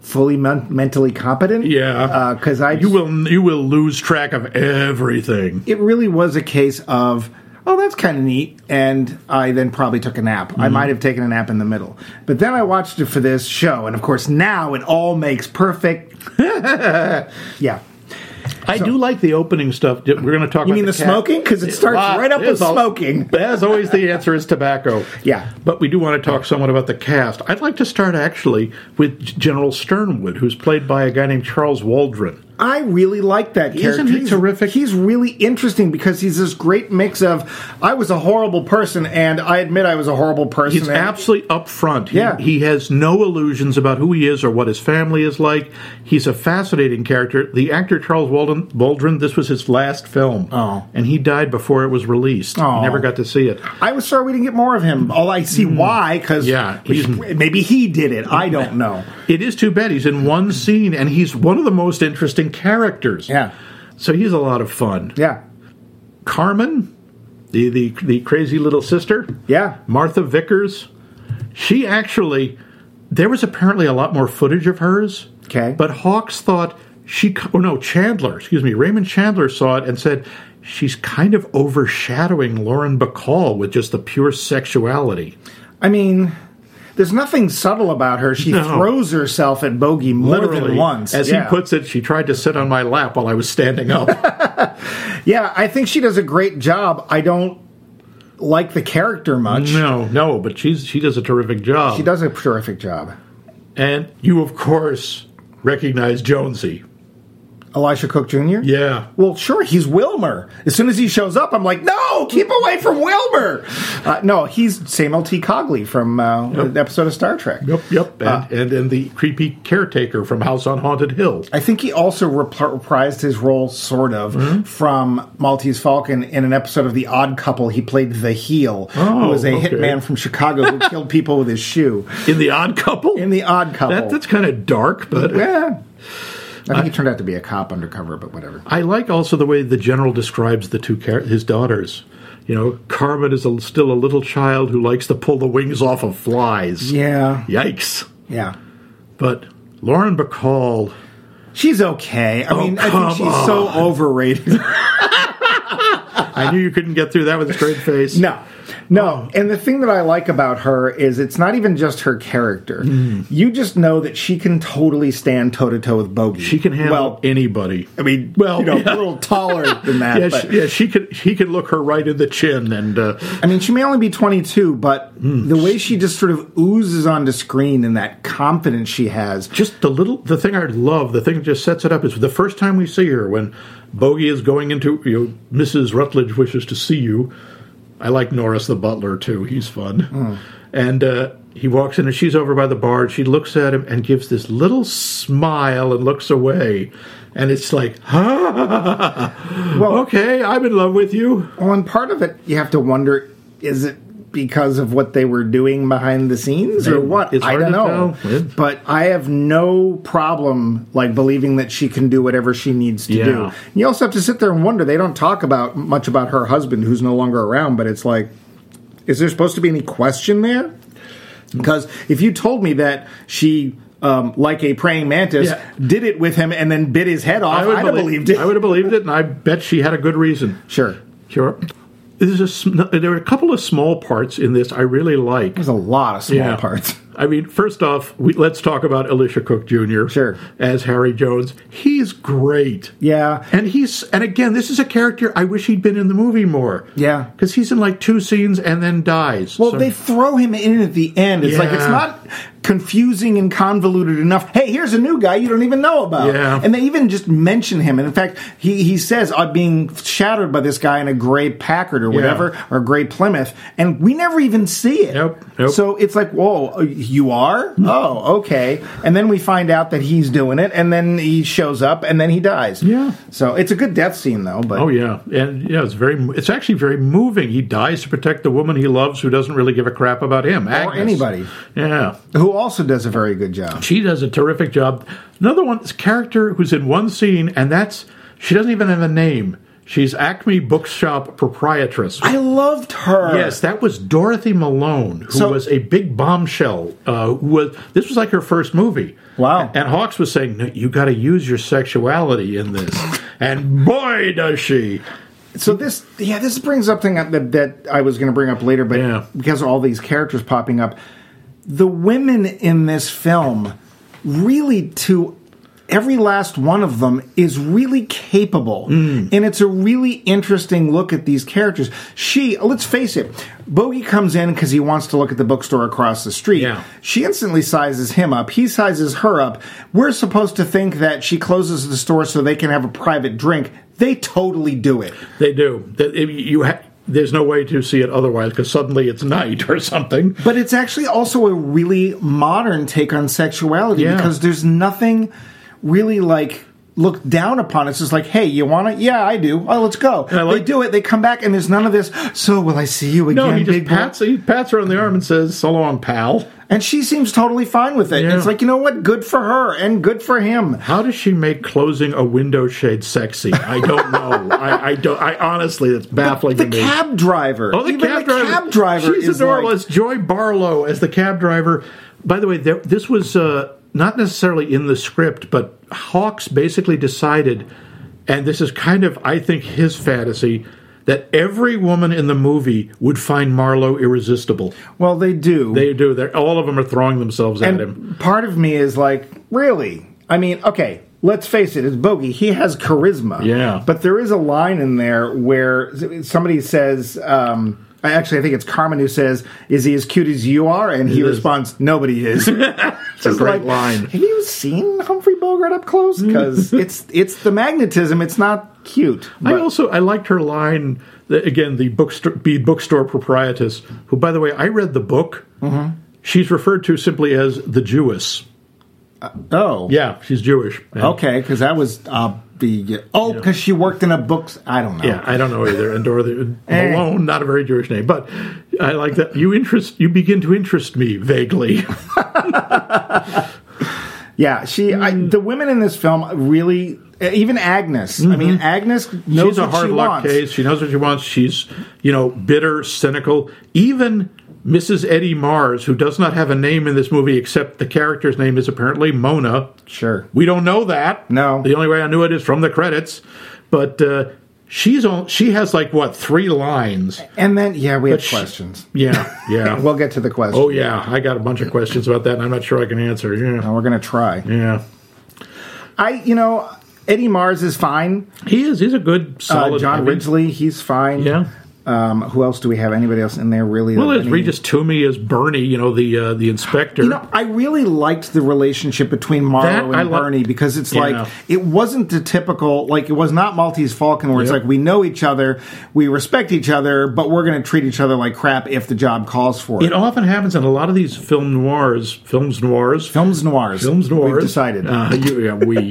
S3: fully men- mentally competent.
S2: Yeah.
S3: because I
S2: you will you will lose track of everything.
S3: it really was a case of oh that's kind of neat and i then probably took a nap
S2: Mm-hmm.
S3: i might have taken a nap in the middle but then i watched it for this show and of course now it all makes perfect [LAUGHS] yeah
S2: I do like the opening stuff. We're going to talk.
S3: you
S2: about
S3: mean the
S2: cat.
S3: smoking because it starts
S2: Ah,
S3: right up with
S2: it's all-
S3: smoking
S2: As always, the answer is tobacco.
S3: Yeah.
S2: But we do want to talk somewhat about the cast. I'd like to start actually with G- General Sternwood, who's played by a guy named Charles Waldron.
S3: I really like that character.
S2: he
S3: He's-
S2: terrific?
S3: He's really interesting because he's this great mix of I was a horrible person and I admit I was a horrible person.
S2: He's
S3: and-
S2: absolutely upfront. He,
S3: Yeah.
S2: he has no illusions about who he is or what his family is like. He's a fascinating character. The actor Charles Waldron, Waldron this was his last film.
S3: Oh.
S2: And he died before it was released.
S3: Oh.
S2: He never got to see it.
S3: I was sorry we didn't get more of him. All I see why because
S2: Mm. Yeah, he's-
S3: maybe he did it. I don't know.
S2: It is too bad. He's in one scene and he's one of the most interesting characters.
S3: Yeah.
S2: So he's a lot of fun.
S3: Yeah.
S2: Carmen, the, the, the crazy little sister.
S3: Yeah.
S2: Martha Vickers. She actually, there was apparently a lot more footage of hers.
S3: Okay.
S2: But Hawks thought she, oh no, Chandler, excuse me, Raymond Chandler saw it and said, she's kind of overshadowing Lauren Bacall with just the pure sexuality.
S3: I mean, there's nothing subtle about her.
S2: [LAUGHS]
S3: She
S2: No.
S3: throws herself at Bogey more than once.
S2: As
S3: yeah.
S2: he puts it, she tried to sit on my lap while I was standing
S3: [LAUGHS]
S2: up.
S3: Yeah, I think she does a great job. I don't like the character much.
S2: no, no, but she's she does a terrific job.
S3: She does a terrific job.
S2: And you, of course, recognize Jonesy.
S3: Elisha Cook Jr.?
S2: Yeah.
S3: Well, sure, he's Wilmer. As soon as he shows up, I'm like, no, keep away from Wilmer. Uh, no, he's Samuel T. Cogley from uh, an episode of Star Trek.
S2: Yep, yep. And,
S3: Ah.
S2: and and the creepy caretaker from House on Haunted Hill.
S3: I think he also rep- reprised his role, sort of,
S2: Mm-hmm.
S3: from Maltese Falcon in an episode of The Odd Couple. He played the heel, who
S2: Oh,
S3: was a
S2: okay.
S3: hitman from Chicago who killed people with his shoe.
S2: In The Odd Couple?
S3: In The Odd Couple,
S2: that, That's kind of dark, but
S3: yeah. I think he turned out to be a cop undercover, but whatever.
S2: I like also the way the general describes the two char- his daughters. You know, Carmen is a, still a little child who likes to pull the wings off of flies.
S3: Yeah,
S2: Yikes.
S3: yeah.
S2: But Lauren Bacall,
S3: She's okay. I mean, I
S2: Oh, come
S3: think she's so
S2: [LAUGHS]
S3: overrated.
S2: I knew you couldn't get through that with a straight face.
S3: [LAUGHS] No, no. And the thing that I like about her is it's not even just her character.
S2: Mm.
S3: You just know that she can totally stand toe to toe with Bogey.
S2: She can handle
S3: Well,
S2: anybody.
S3: I mean,
S2: Well,
S3: well, you know,
S2: yeah.
S3: a little taller than that.
S2: Yeah,
S3: but,
S2: she, yeah, she could. He could look her right in the chin, and uh,
S3: I mean, she may only be 22, but the way she just sort of oozes onto screen and that confidence she has.
S2: just the little the thing I love, the thing that just sets it up is the first time we see her when Bogey is going into you know, Mrs. Rutledge wishes to see you. I like Norris the butler too; he's fun.
S3: Hmm.
S2: And uh, he walks in, and she's over by the bar. And she looks at him and gives this little smile and looks away. And it's like, [LAUGHS]
S3: Well-
S2: okay, I'm in love with you.
S3: Well, and part of it, you have to wonder is it because of what they were doing behind the scenes or
S2: Maybe.
S3: what?
S2: It's
S3: I
S2: hard
S3: don't
S2: to
S3: know.
S2: tell. Yeah.
S3: But I have no problem like believing that she can do whatever she needs to do.
S2: Yeah.
S3: You also have to sit there and wonder. They don't talk about much about her husband who's no longer around, but it's like is there supposed to be any question there? Because if you told me that she um, like a praying mantis
S2: Yeah.
S3: did it with him and then bit his head off, I would have believed it.
S2: I would have believed it, and I bet she had a good reason.
S3: sure.
S2: Sure. There's a, sm- there are a couple of small parts in this I really like.
S3: There's a lot of small
S2: Yeah.
S3: parts.
S2: I mean, first off, we, let's talk about Alicia Cook Jr.
S3: Sure.
S2: as Harry Jones. He's great.
S3: Yeah.
S2: And he's and again, this is a character I wish he'd been in the movie more.
S3: Yeah.
S2: because he's in like two scenes and then dies.
S3: Well,
S2: So-
S3: they throw him in at the end. It's like it's
S2: Yeah.
S3: not confusing and convoluted enough. Hey, here's a new guy you don't even know about.
S2: Yeah.
S3: And they even just mention him. And in fact, he, he says, I'm being shadowed by this guy in a gray Packard or whatever, or gray Plymouth. And we never even see it.
S2: Nope, nope.
S3: So it's like, whoa, you are?
S2: Hmm.
S3: Oh, okay. And then we find out that he's doing it. And then he shows up and then he dies.
S2: Yeah.
S3: So it's a good death scene, though. But
S2: Oh yeah, and yeah, it's very. It's actually very moving. He dies to protect the woman he loves, who doesn't really give a crap about him Agnes.
S3: anybody.
S2: Yeah,
S3: who also does a very good job.
S2: she does a terrific job. Another one, this character who's in one scene, and that's she doesn't even have a name. She's Acme Bookshop proprietress.
S3: I loved her.
S2: Yes, that was Dorothy Malone, who
S3: So-
S2: was a big bombshell. Uh, who was this was like her first movie.
S3: Wow.
S2: And Hawks was saying, no, "You got to use your sexuality in this," and boy, does she!
S3: So this, yeah, this brings up thing up that, that I was going to bring up later, but
S2: Yeah.
S3: because of all these characters popping up, the women in this film really to every last one of them is really capable
S2: Mm.
S3: and it's a really interesting look at these characters she let's face it bogey comes in because he wants to look at the bookstore across the street
S2: Yeah.
S3: she instantly sizes him up he sizes her up we're supposed to think that she closes the store so they can have a private drink they totally do it
S2: They do. That- if You ha- there's no way to see it otherwise because suddenly it's night [LAUGHS] or something.
S3: But it's actually also a really modern take on sexuality
S2: Yeah.
S3: because there's nothing really like looked down upon. It's just like, hey, you want it? Yeah, I do. Oh, let's go.
S2: I like-
S3: they do it. They come back, and there's none of this. So will I see you again?
S2: No, he just
S3: big boy?"
S2: pats, he pats her on the arm and says, "So long, pal."
S3: and she seems totally fine with it.
S2: Yeah.
S3: It's like you know what? Good for her and good for him.
S2: How does she make closing a window shade sexy? I don't know. I, I don't. I honestly, that's baffling
S3: The
S2: to me.
S3: cab driver.
S2: Oh, the
S3: Even
S2: cab
S3: the
S2: driver.
S3: cab driver
S2: She's
S3: is
S2: adorable.
S3: like-
S2: it's Joy Barlow as the cab driver. By the way, there, this was uh, not necessarily in the script, but Hawks basically decided, and this is kind of, I think, his fantasy, that every woman in the movie would find Marlowe irresistible.
S3: well, they do.
S2: They do. They're, all of them are throwing themselves at him.
S3: Part of me is like, really? I mean, okay, let's face it, it's Bogey. He has charisma.
S2: Yeah.
S3: But there is a line in there where somebody says, um, I actually, I think it's Carmen who says, Is he as cute as you are? And he
S2: is.
S3: responds, Nobody
S2: [LAUGHS]
S3: is. it's
S2: a great line.
S3: Have you seen Humphrey Bogart up
S2: [LAUGHS]
S3: close? Because it's, it's the magnetism, it's not cute.
S2: I also I liked her line that, again the bookstore be bookstore proprietress who by the way I read the book.
S3: Mm-hmm.
S2: She's referred to simply as the Jewess.
S3: oh.
S2: Yeah, she's Jewish. And-
S3: Okay, because that was uh, the. Oh, because she worked in a books. I don't know.
S2: Yeah, I don't know either. And Dorothy
S3: [LAUGHS] Eh.
S2: Malone, not a very Jewish name, but I like that. You interest, you begin to interest me [LAUGHS] vaguely.
S3: Yeah, she. I,
S2: Hmm.
S3: the women in this film really, even Agnes. I mean, Agnes knows
S2: She's a
S3: what
S2: Mm-hmm. hard
S3: she
S2: luck
S3: wants.
S2: case. She knows what she wants. She's you know bitter, cynical. Even Mrs. Eddie Mars, who does not have a name in this movie except the character's name is apparently Mona.
S3: Sure.
S2: We don't know that.
S3: No.
S2: The only way I knew it is from the credits. But uh, she's on. She has like what three lines?
S3: And then, yeah, we have
S2: she-
S3: questions.
S2: [LAUGHS] Yeah, yeah.
S3: We'll get to the questions.
S2: oh yeah, I got a bunch of questions about that, and I'm not sure I can answer. Yeah,
S3: And we're gonna try.
S2: yeah.
S3: I, you know, Eddie Mars is fine.
S2: He is. He's a good solid.
S3: Uh, John
S2: I mean,
S3: Ridgely, he's fine.
S2: Yeah.
S3: Um, who else do we have? Anybody else in there really?
S2: Well, there's
S3: Any-
S2: Regis Toomey as Bernie. You know the uh, the inspector.
S3: You know, I really liked the relationship between Marlo
S2: That
S3: and
S2: I lo-
S3: Bernie because it's
S2: Yeah.
S3: like it wasn't the typical like it was not Maltese Falcon where it's
S2: Yep.
S3: like we know each other, we respect each other, but we're going to treat each other like crap if the job calls for it.
S2: it often happens in a lot of these film noirs, films noirs,
S3: films noirs.
S2: films noirs.
S3: We've decided. [LAUGHS]
S2: Uh, you, yeah, we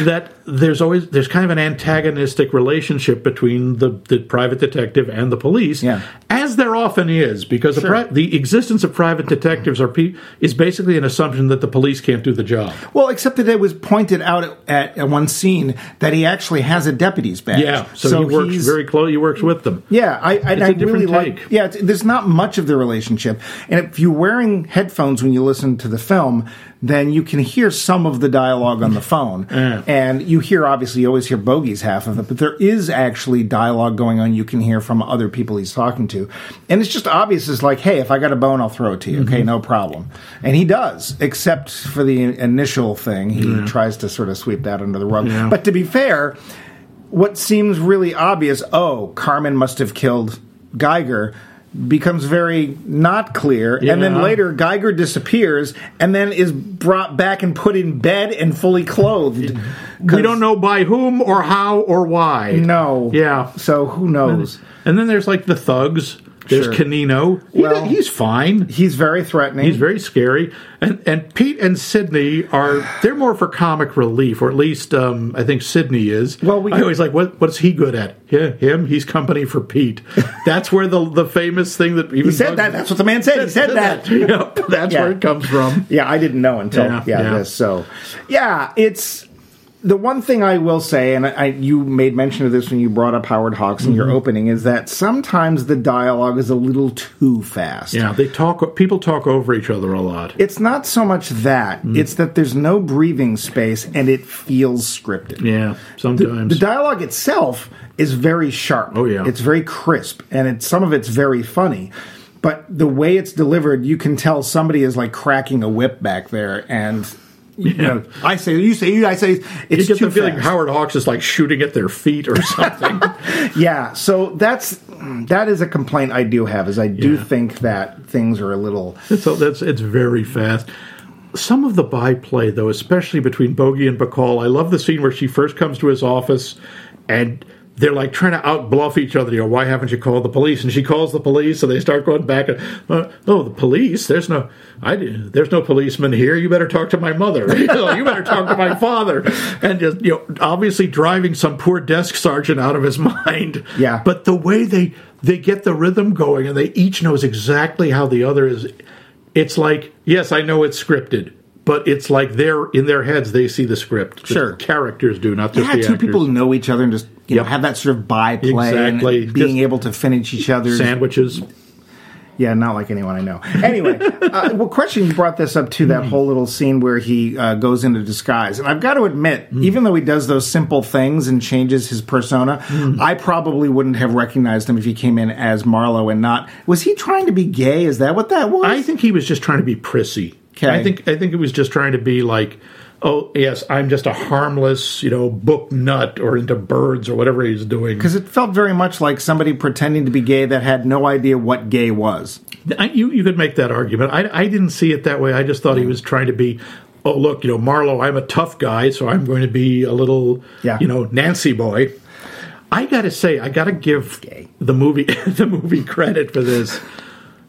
S2: that there's always there's kind of an antagonistic relationship between the, the private detective and the police,
S3: Yeah.
S2: as there often is, because the pri- the existence of private detectives are pe- is basically an assumption that the police can't do the job.
S3: well, except that it was pointed out at, at one scene that he actually has a deputy's badge.
S2: Yeah, so, he works
S3: he's-
S2: very close. He works with them.
S3: Yeah, I I, I
S2: different
S3: really
S2: take.
S3: like. Yeah, it's, there's not much of the relationship, and if you're wearing headphones when you listen to the film, then you can hear some of the dialogue on
S2: [LAUGHS]
S3: the phone, and you hear obviously you always hear Bogey's half of it, but there is actually dialogue going on. You can hear from other people he's talking to, and it's just obvious. It's like, hey, if I got a bone, I'll throw it to you.
S2: Mm-hmm.
S3: Okay, no problem, and he does, except for the initial thing. He tries to sort of sweep that under the rug,
S2: Yeah.
S3: but to be fair what seems really obvious oh carmen must have killed geiger becomes very not clear and then
S2: Yeah.
S3: later geiger disappears and then is brought back and put in bed and fully clothed
S2: We don't know by whom or how or why.
S3: no
S2: Yeah.
S3: so who knows
S2: And then there's like the thugs. There's
S3: Sure.
S2: Canino. He-
S3: Well-
S2: he's fine.
S3: he's very threatening
S2: He's very scary. And and Pete and Sydney are they're more for comic relief, or at least um, I think Sydney is.
S3: Well, we
S2: I
S3: can-
S2: always like what what's he good at? Yeah, him. He's company for
S3: [LAUGHS]
S2: Pete. That's where the the famous thing that even
S3: he said that that's what the man said he said that
S2: Yep, [LAUGHS] that's where
S3: Yeah.
S2: it comes from.
S3: Yeah, I didn't know until
S2: Yeah,
S3: yeah,
S2: yeah.
S3: this. So, yeah, it's the one thing I will say, and I, you made mention of this when you brought up Howard Hawks in your
S2: Mm-hmm.
S3: opening, is that sometimes the dialogue is a little too fast.
S2: Yeah, they talk. People talk over each other a lot.
S3: It's not so much that;
S2: Mm-hmm.
S3: it's that there's no breathing space, and it feels scripted.
S2: Yeah, sometimes.
S3: The dialogue itself is very sharp.
S2: Oh, yeah.
S3: it's very crisp, and it's some of it's very funny. But the way it's delivered, you can tell somebody is like cracking a whip back there, and you know, I say you say you, I say
S2: you
S3: it's
S2: get
S3: too
S2: the feeling
S3: fast.
S2: Howard Hawks is like shooting at their feet or [LAUGHS] something.
S3: yeah, so that's that is a complaint I do have. Is I do think that things are a little
S2: so that's it's very fast. Some of the byplay, though, especially between Bogey and Bacall, I love the scene where she first comes to his office and they're like trying to outbluff each other. You know, why haven't you called the police? And she calls the police, so they start going back and, uh, oh, the police? There's no, I didn't- there's no policeman here. You better talk to my mother. [LAUGHS] you, know, you better talk to my father. And just you know, obviously driving some poor desk sergeant out of his [LAUGHS] mind.
S3: Yeah.
S2: but but the way they they get the rhythm going and they each knows exactly how the other is it's like yes i know it's scripted but it's like they're in their heads they see the script The
S3: Sure.
S2: characters do not just
S3: yeah,
S2: the
S3: two
S2: actors.
S3: people who know each other and just
S2: Yep.
S3: you know have that sort of byplay
S2: Exactly.
S3: and being
S2: Just-
S3: able to finish each other's
S2: sandwiches
S3: Yeah, not like anyone I know. [LAUGHS] Anyway, uh, well, question you brought this up too that whole little scene where he uh, goes into disguise, and I've got to admit, even though he does those simple things and changes his persona, I probably wouldn't have recognized him if he came in as Marlowe and not. Was he trying to be gay? Is that what that was?
S2: i think he was just trying to be prissy
S3: Okay.
S2: i think i think it was just trying to be like oh yes i'm just a harmless you know book nut or into birds or whatever he's doing
S3: because it felt very much like somebody pretending to be gay that had no idea what gay was.
S2: I, you you could make that argument. I, I didn't see it that way. I just thought he was trying to be, oh look, you know, Marlowe, I'm a tough guy, so I'm going to be a little,
S3: Yeah.
S2: you know, Nancy boy. I gotta say, I gotta give the movie [LAUGHS] the movie credit for this.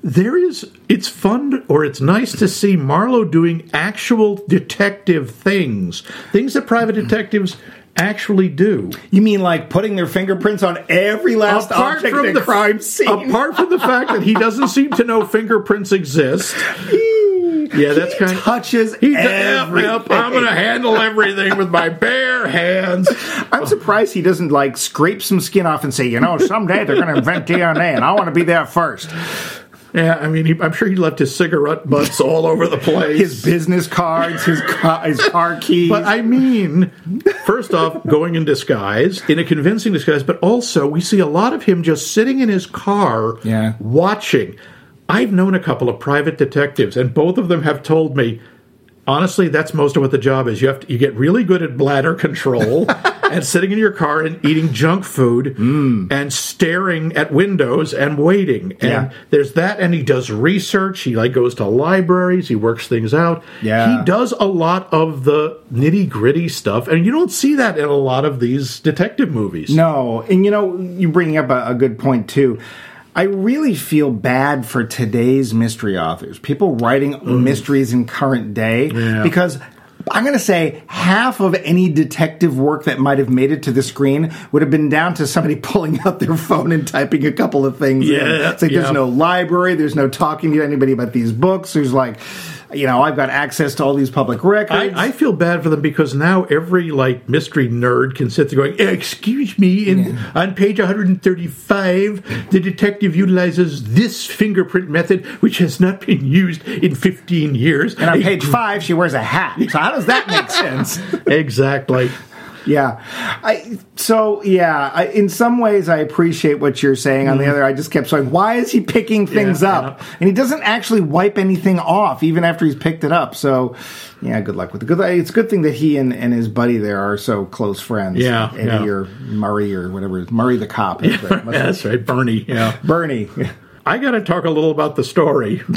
S2: There is it's fun or it's nice to see Marlowe doing actual detective things, things that private detectives actually do
S3: You mean like putting their fingerprints on every last object in a crime scene?
S2: apart from the fact that he doesn't seem to know fingerprints exist. Yeah, that's kind of.
S3: touches
S2: He, yep,
S3: everything.
S2: yep, I'm going to handle everything with my bare
S3: [LAUGHS]
S2: hands.
S3: I'm surprised he doesn't like scrape some skin off and say, you know, someday they're going to invent DNA, and I want to be there first.
S2: Yeah, I mean, he, I'm sure he left his cigarette butts all over the place.
S3: His business cards, his car, his car keys.
S2: But I mean, first off, going in disguise, in a convincing disguise, but also we see a lot of him just sitting in his car
S3: Yeah.
S2: watching. I've known a couple of private detectives, and both of them have told me, honestly, that's most of what the job is. You have to you get really good at bladder
S3: [LAUGHS]
S2: control and sitting in your car and eating junk food
S3: Mm.
S2: and staring at windows and waiting. And
S3: Yeah.
S2: there's that, and he does research. He like goes to libraries. He works things out.
S3: Yeah.
S2: he does a lot of the nitty gritty stuff, and you don't see that in a lot of these detective movies.
S3: no, and you know, you bringing up a, a good point too. I really feel bad for today's mystery authors, people writing mysteries in current day,
S2: Mm. Yeah.
S3: because. I'm going to say half of any detective work that might have made it to the screen would have been down to somebody [LAUGHS] pulling out their phone and typing a couple of things. in.
S2: Yeah,
S3: It's like
S2: yeah.
S3: there's no library, there's no talking to anybody about these books. There's like, you know, I've got access to all these public records.
S2: I, I feel bad for them because now every like mystery nerd can sit there going, "Excuse me, in, on page 135, the detective utilizes this fingerprint method, which has not been used in 15 years."
S3: and on
S2: [LAUGHS]
S3: page five, she wears a hat. So how does that make sense?
S2: exactly.
S3: Yeah, I so yeah. I, in some ways, I appreciate what you're saying. On the other, I just kept saying, why is he picking things
S2: Mm. Yeah,
S3: up? And he doesn't actually wipe anything off, even after he's picked it up. So, yeah, good luck with the good. It's a good thing that he and, and his buddy there are so close friends.
S2: Yeah,
S3: Eddie
S2: yeah.
S3: or Murray or whatever Murray the cop. is, but it must be
S2: Yeah, that's right, Bernie. Yeah.
S3: Bernie.
S2: I got to talk a little about the story. [LAUGHS] Come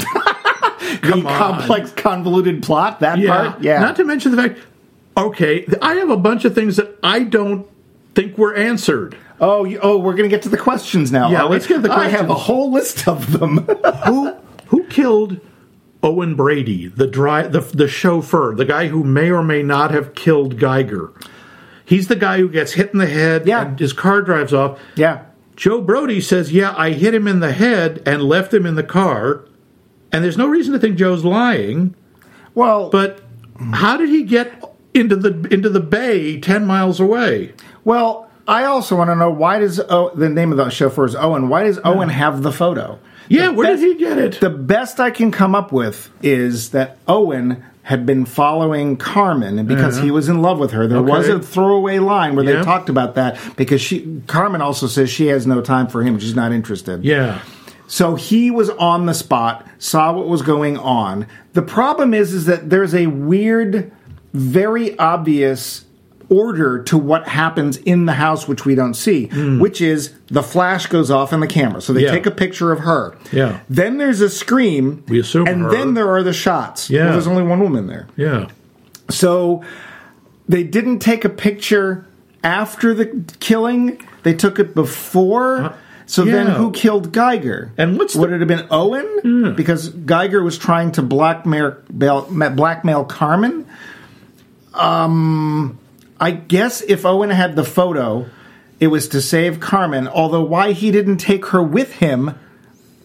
S3: the
S2: on.
S3: complex, convoluted plot. That
S2: Yeah.
S3: part, yeah.
S2: Not to mention the fact, okay, th- I have a bunch of things that I don't think were answered.
S3: oh, you, oh, we're gonna get to the questions now.
S2: Yeah,
S3: are we?
S2: let's get the
S3: I have
S2: questions.
S3: a whole list of them. [LAUGHS]
S2: who who killed Owen Brady, the dry the the chauffeur, the guy who may or may not have killed Geiger. He's the guy who gets hit in the head
S3: Yeah.
S2: and his car drives off.
S3: yeah,
S2: Joe Brody says, "Yeah, I hit him in the head and left him in the car." And there's no reason to think Joe's lying,
S3: well,
S2: but how did he get into the into the bay 10 miles away?
S3: Well, I also want to know why does o- the name of the chauffeur is Owen? Why does Owen have the photo?
S2: Yeah, where
S3: best-
S2: did he get it?
S3: The best I can come up with is that Owen had been following Carmen and because he was in love with her. There was a
S2: Mm-hmm. Okay.
S3: throwaway line where
S2: Yeah.
S3: they talked about that because she Carmen also says she has no time for him. She's not interested.
S2: yeah.
S3: So he was on the spot, saw what was going on. The problem is is that there's a weird, very obvious order to what happens in the house which we don't see, which is the flash goes off in the camera. So they
S2: Hmm. Yeah.
S3: take a picture of her.
S2: Yeah.
S3: Then there's a scream.
S2: We assume
S3: and
S2: her.
S3: then there are the shots.
S2: Yeah.
S3: Well, there's only one woman there.
S2: Yeah.
S3: So they didn't take a picture after the killing. They took it before. so then
S2: yeah.
S3: who killed Geiger?
S2: And what's
S3: would
S2: the- Hmm.
S3: it have been Owen? Because Geiger was trying to blackmail bel- ma- blackmail Carmen. Um I guess if Owen had the photo, it was to save Carmen, although why he didn't take her with him,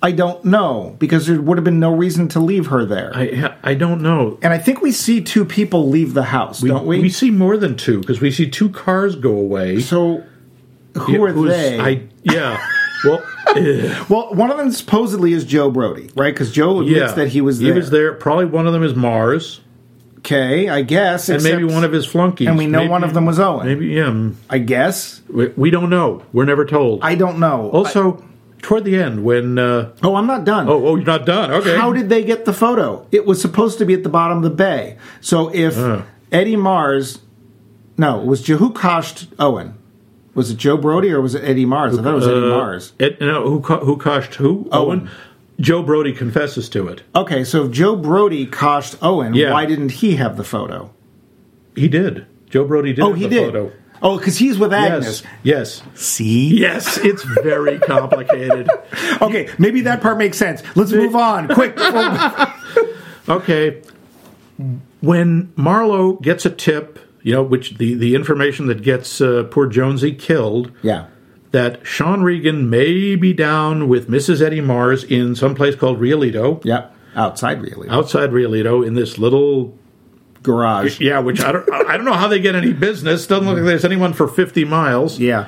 S3: I don't know, because there would have been no reason to leave her there.
S2: I I don't know.
S3: And I think we see two people leave the house, don't we?
S2: We see more than two because we see two cars go away.
S3: so who
S2: Yeah,
S3: are
S2: who's-
S3: they?
S2: I yeah.
S3: [LAUGHS]
S2: Well, eh,
S3: well, one of them supposedly is Joe Brody, right? Because Joe admits
S2: yeah,
S3: that he was there.
S2: He was there. Probably one of them is Mars,
S3: Okay, I guess.
S2: and maybe one of his flunkies.
S3: And we know
S2: Maybe-
S3: one of them was Owen.
S2: Maybe yeah. mm,
S3: I guess.
S2: We, we don't know. We're never told.
S3: I don't know.
S2: also, toward the end, when uh,
S3: oh, I'm not done.
S2: oh oh you're not done. Okay.
S3: How did they get the photo? It was supposed to be at the bottom of the bay. So if
S2: Uh.
S3: Eddie Mars, no, it was Joe, who coshed Owen? Was it Joe Brody or was it Eddie Mars? I thought it was
S2: Uh,
S3: Eddie Mars.
S2: It, no, who co- who coshed who? Owen. Joe Brody confesses to it.
S3: Okay, so if Joe Brody coshed Owen,
S2: Yeah.
S3: why didn't he have the photo?
S2: He did. Joe Brody did.
S3: Oh,
S2: have
S3: he
S2: the
S3: did.
S2: Photo.
S3: Oh, because he's with Agnes.
S2: Yes. Yes.
S3: See?
S2: Yes. It's very complicated.
S3: Okay, maybe that part makes sense. Let's move on quick. [LAUGHS] before-
S2: Okay. When Marlowe gets a tip, you know, which the, the information that gets uh, poor Jonesy killed,
S3: yeah.
S2: that Sean Regan may be down with Mrs. Eddie Mars in some place called Rialito,
S3: Yep. Outside, really.
S2: outside Rialito, in this little
S3: Garage.
S2: yeah, which I don't I don't know how they get any business. Doesn't look like there's anyone for fifty miles.
S3: Yeah.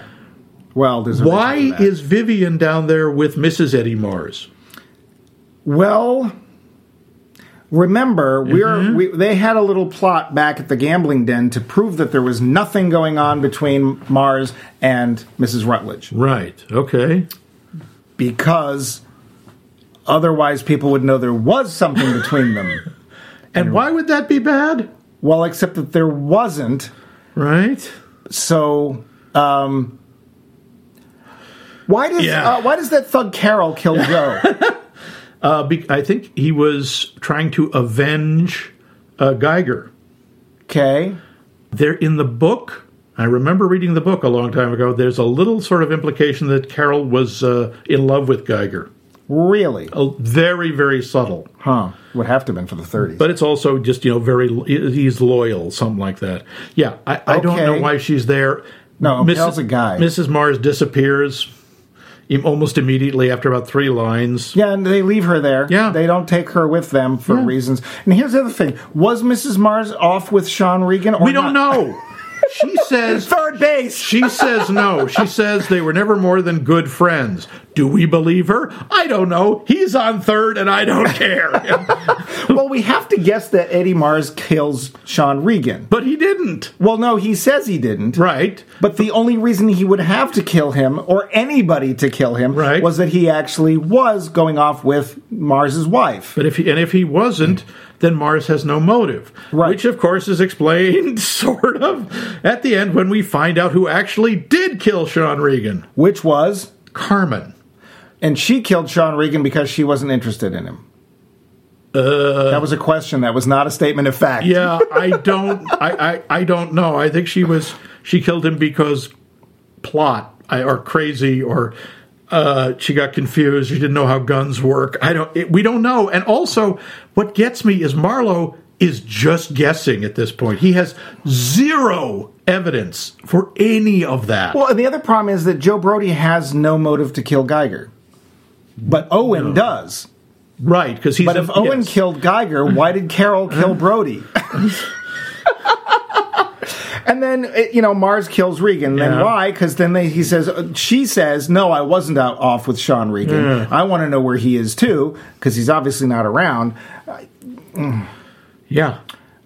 S3: Well, there's a
S2: Why
S3: reason for that.
S2: is Vivian down there with Mrs. Eddie Mars?
S3: well? Remember, we're we, they had a little plot back at the gambling den to prove that there was nothing going on between Mars and Mrs. Rutledge.
S2: Right. Okay.
S3: because otherwise people would know there was something
S2: [LAUGHS]
S3: between them.
S2: And why would that be bad?
S3: Well, except that there wasn't.
S2: Right.
S3: So, um, why does
S2: Yeah.
S3: uh, why does that thug Carol
S2: [LAUGHS]
S3: kill Joe?
S2: Uh, be- I think he was trying to avenge uh, Geiger.
S3: okay,
S2: There in the book, I remember reading the book a long time ago. There's a little sort of implication that Carol was uh, in love with Geiger.
S3: really?
S2: A very, very subtle,
S3: Huh? Would have to have been for the thirties.
S2: but it's also just you know very he's loyal, something like that. Yeah, I, I don't
S3: Okay.
S2: know why she's there.
S3: No, Carol's a guy.
S2: Mrs. Mars disappears im- almost immediately after about three lines.
S3: Yeah, and they leave her there.
S2: Yeah.
S3: they don't take her with them for reasons. And here's the other thing: was Mrs. Mars off with Sean Regan? Or
S2: we don't
S3: not?
S2: know.
S3: [LAUGHS]
S2: she says
S3: Third base.
S2: She says no. She says they were never more than good friends. Do we believe her? I don't know. He's on third, and I don't
S3: [LAUGHS]
S2: care.
S3: well, we have to guess that Eddie Mars kills Sean Regan.
S2: but he didn't.
S3: Well, no, he says he didn't.
S2: Right.
S3: But the only reason he would have to kill him or anybody to kill him
S2: Right.
S3: was that he actually was going off with Mars's wife.
S2: But if he, and if he wasn't, then Mars has no motive.
S3: Right.
S2: Which, of course, is explained [LAUGHS] sort of at the end when we find out who actually did kill Sean Regan.
S3: Which was
S2: Carmen.
S3: and she killed Sean Regan because she wasn't interested in him. that was a question. That was not a statement of fact.
S2: Uh, Yeah, I don't. I, I, I don't know. I think she was. She killed him because plot I, or crazy or uh, she got confused. She didn't know how guns work. I don't. It, we don't know. And also, what gets me is Marlowe is just guessing at this point. He has zero evidence for any of that.
S3: Well, and the other problem is that Joe Brody has no motive to kill Geiger, but Owen does.
S2: right? Because he's.
S3: But if Owen
S2: yes.
S3: killed Geiger, why did
S2: [LAUGHS]
S3: Carol kill Brody? and then eh, you know Mars kills Regan. Then
S2: Yeah.
S3: why? Because then they, he says uh, she says no, I wasn't out off with Sean Regan. I want to know where he is too because he's obviously not around.
S2: Yeah.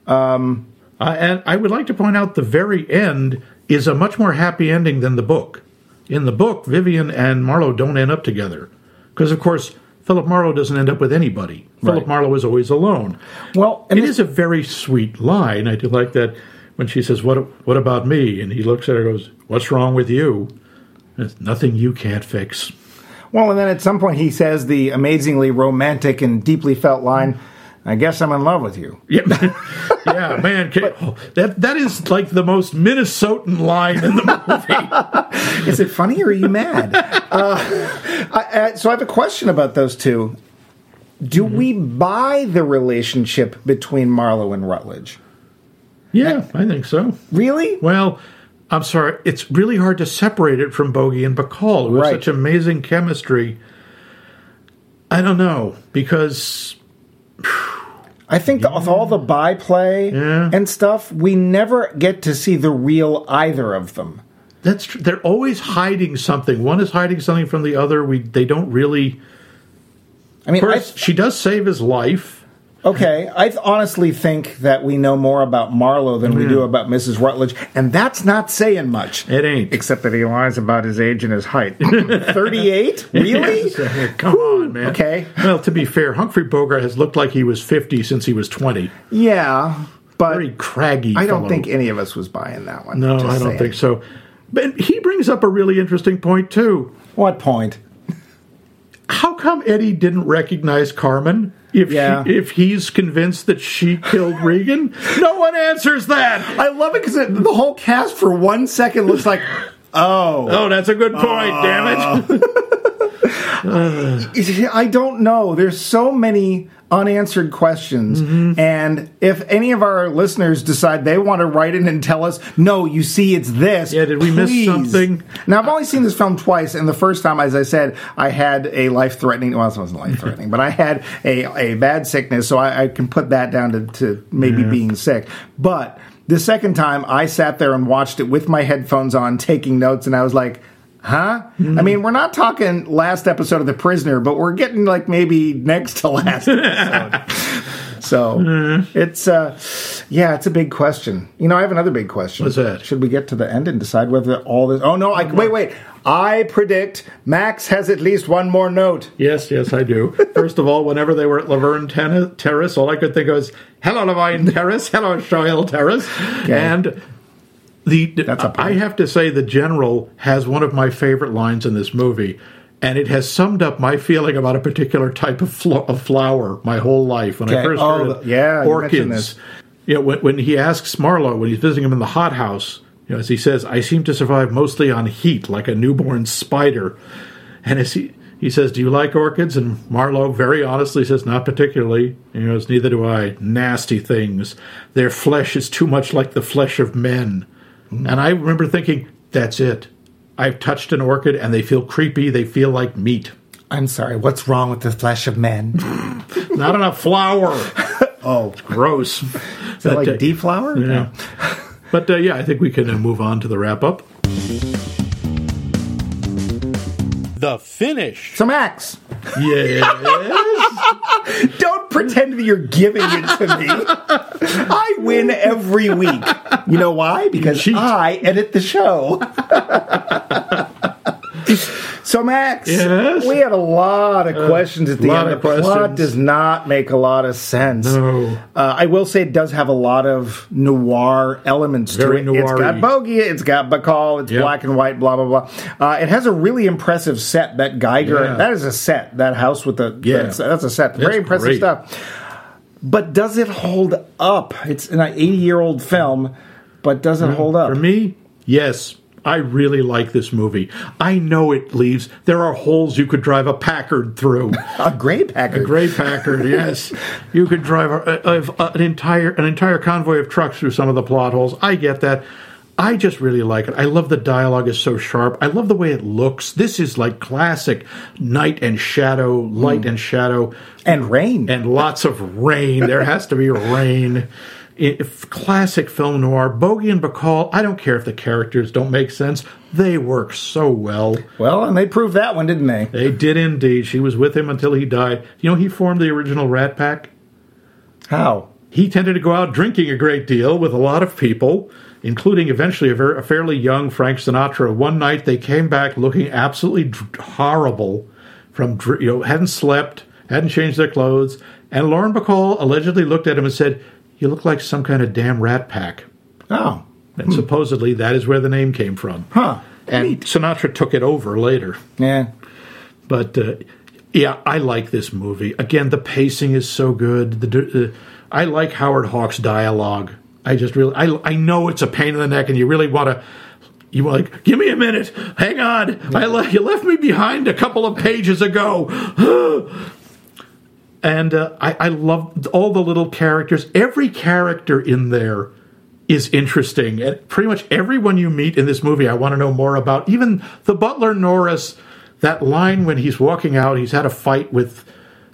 S2: Um, and Um, I would like to point out the very end is a much more happy ending than the book. In the book, Vivian and Marlowe don't end up together. Because, of course, Philip Marlowe doesn't end up with anybody. Philip
S3: Right.
S2: Marlowe is always alone.
S3: Well, and
S2: it is a very sweet line. I do like that when she says, "What what about me?" and he looks at her and goes, "What's wrong with you?" It's nothing you can't fix. [LAUGHS]
S3: Well, and then at some point he says the amazingly romantic and deeply felt line, I guess I'm in love with you.
S2: Yeah, yeah, man. Can, that that is like the most Minnesotan line in the [LAUGHS] movie.
S3: Is it funny or are you [LAUGHS] mad? uh, I, I, so I have a question about those two. Do we buy the relationship between Marlowe and Rutledge?
S2: Yeah, I think so.
S3: Really?
S2: Well, I'm sorry, it's really hard to separate it from Bogey and Bacall, who
S3: Right.
S2: have such amazing chemistry. I don't know because
S3: I think that with all the byplay
S2: Yeah.
S3: and stuff, we never get to see the real either of them.
S2: that's tr- they're always hiding something. One is hiding something from the other. We they don't really.
S3: I mean,
S2: Of
S3: I,
S2: course, she does save his life.
S3: Okay, I th- honestly think that we know more about Marlowe than we do about Mrs. Rutledge, and that's not saying much.
S2: It ain't. [LAUGHS]
S3: Except that he lies about his age and his [LAUGHS] height. [LAUGHS] 38? Really?
S2: [LAUGHS] Come on, man.
S3: okay.
S2: Well, to be fair, Humphrey Bogart has looked like he was 50 since he was 20.
S3: Yeah, but
S2: Very craggy.
S3: I don't
S2: fellow.
S3: think any of us was buying that one.
S2: No,
S3: Just
S2: I don't
S3: saying.
S2: think so. But he brings up a really interesting point too.
S3: What point?
S2: how come Eddie didn't recognize Carmen? If,
S3: Yeah.
S2: she, if he's convinced that she
S3: [LAUGHS]
S2: killed Regan, no one answers that.
S3: I love it because the whole cast for one second looks like, [LAUGHS] oh.
S2: Oh, that's a good point. damn
S3: Ah.
S2: it!
S3: I don't know. There's so many unanswered questions.
S2: Mm-hmm.
S3: And if any of our listeners decide they want to write in and tell us, no, you see, it's this.
S2: Yeah, did we miss
S3: please."
S2: something?
S3: Now, I've only seen this film twice. And the first time, as I said, I had a life threatening, well, it wasn't life threatening, but I had a, a bad sickness. So I, I can put that down to, to maybe being sick. But the second time, I sat there and watched it with my headphones on, taking notes. And I was like, Huh? I mean, we're not talking last episode of The Prisoner, but we're getting like maybe next
S2: [LAUGHS]
S3: to last episode. so
S2: Hmm.
S3: it's uh yeah, it's a big question. You know, I have another big question.
S2: What's that?
S3: Should we get to the end and decide whether all this Oh no, I wait, wait. I predict Max has at least one more note.
S2: [LAUGHS] Yes, yes, I do. First of all, whenever they were at Laverne Ten- Terrace, all I could think of was "Hello, Laverne Terrace." Hello, Shoyle Terrace. And the
S3: That's a point.
S2: I have to say, the general has one of my favorite lines in this movie, and it has summed up my feeling about a particular type of, flo- of flower my whole life when I
S3: Okay.
S2: first
S3: Oh,
S2: heard
S3: the- yeah, you
S2: orchids.
S3: mentioned this.
S2: You know, when, when he asks Marlowe, when he's visiting him in the hothouse, you know, as he says, I seem to survive mostly on heat, like a newborn spider. And as he, he says, Do you like orchids? And Marlowe very honestly says, Not particularly. And he goes, Neither do I. Nasty things. Their flesh is too much like the flesh of men. And I remember thinking, That's it. I've touched an orchid and they feel creepy. They feel like meat.
S3: I'm sorry, what's wrong with the flesh of men?
S2: Not enough flour.
S3: [LAUGHS] oh,
S2: Gross.
S3: is that
S2: But, uh,
S3: like deflower?
S2: Yeah. [LAUGHS] but uh, yeah, I think we can uh, move on to the wrap up. The finish.
S3: So Max,
S2: Yes.
S3: Don't pretend that you're giving it to me. I win every week. You know why? Because
S2: cheat.
S3: I edit the show. So Max,
S2: Yes? Uh,
S3: we had a lot of questions at the
S2: lot
S3: end. The
S2: of
S3: plot
S2: questions.
S3: does not make a lot of sense.
S2: No.
S3: Uh, I will say it does have a lot of noir elements
S2: Very
S3: to it. It's got
S2: noir-y.
S3: Bogia, it's got Bacall, it's
S2: Yep.
S3: black and white, blah blah blah. Uh, it has a really impressive set. That Geiger,
S2: Yeah.
S3: that is a set. That house with the
S2: Yeah.
S3: that's, that's a set. Very
S2: That's
S3: impressive
S2: great.
S3: stuff. But does it hold up? It's an eighty-year-old film, but does
S2: Mm-hmm.
S3: it hold up?
S2: For me, yes. I really like this movie. I know it leaves. There are holes you could drive a Packard through.
S3: a gray package.
S2: Gray Packard, yes. You could drive a, a, a- an entire an entire convoy of trucks through some of the plot holes. I get that. I just really like it. I love the dialogue is so sharp. I love the way it looks. This is like classic night and shadow, light and shadow,
S3: and rain.
S2: and lots of rain. There has to be rain. If classic film noir, Bogey and Bacall. I don't care if the characters don't make sense; they work so well.
S3: well, and they proved that one, didn't they?
S2: They did indeed. She was with him until he died. You know, he formed the original Rat Pack.
S3: How?
S2: He tended to go out drinking a great deal with a lot of people, including eventually a, ver- a fairly young Frank Sinatra. One night they came back looking absolutely dr- horrible, from dr- you know hadn't slept, hadn't changed their clothes, and Lauren Bacall allegedly looked at him and said, "You look like some kind of damn rat pack."
S3: Oh,
S2: And supposedly that is where the name came from.
S3: huh?
S2: And Sinatra took it over later.
S3: Yeah.
S2: But uh, yeah, I like this movie. Again, the pacing is so good. The, uh, I like Howard Hawks' dialogue. I just really, I, I know it's a pain in the neck, and you really want to. You were like, give me a minute. Hang on. I le- you left me behind a couple of pages ago. [GASPS] and uh, I, I love all the little characters. Every character in there is interesting. And pretty much everyone you meet in this movie, I want to know more about. Even the butler Norris, that line when he's walking out, he's had a fight with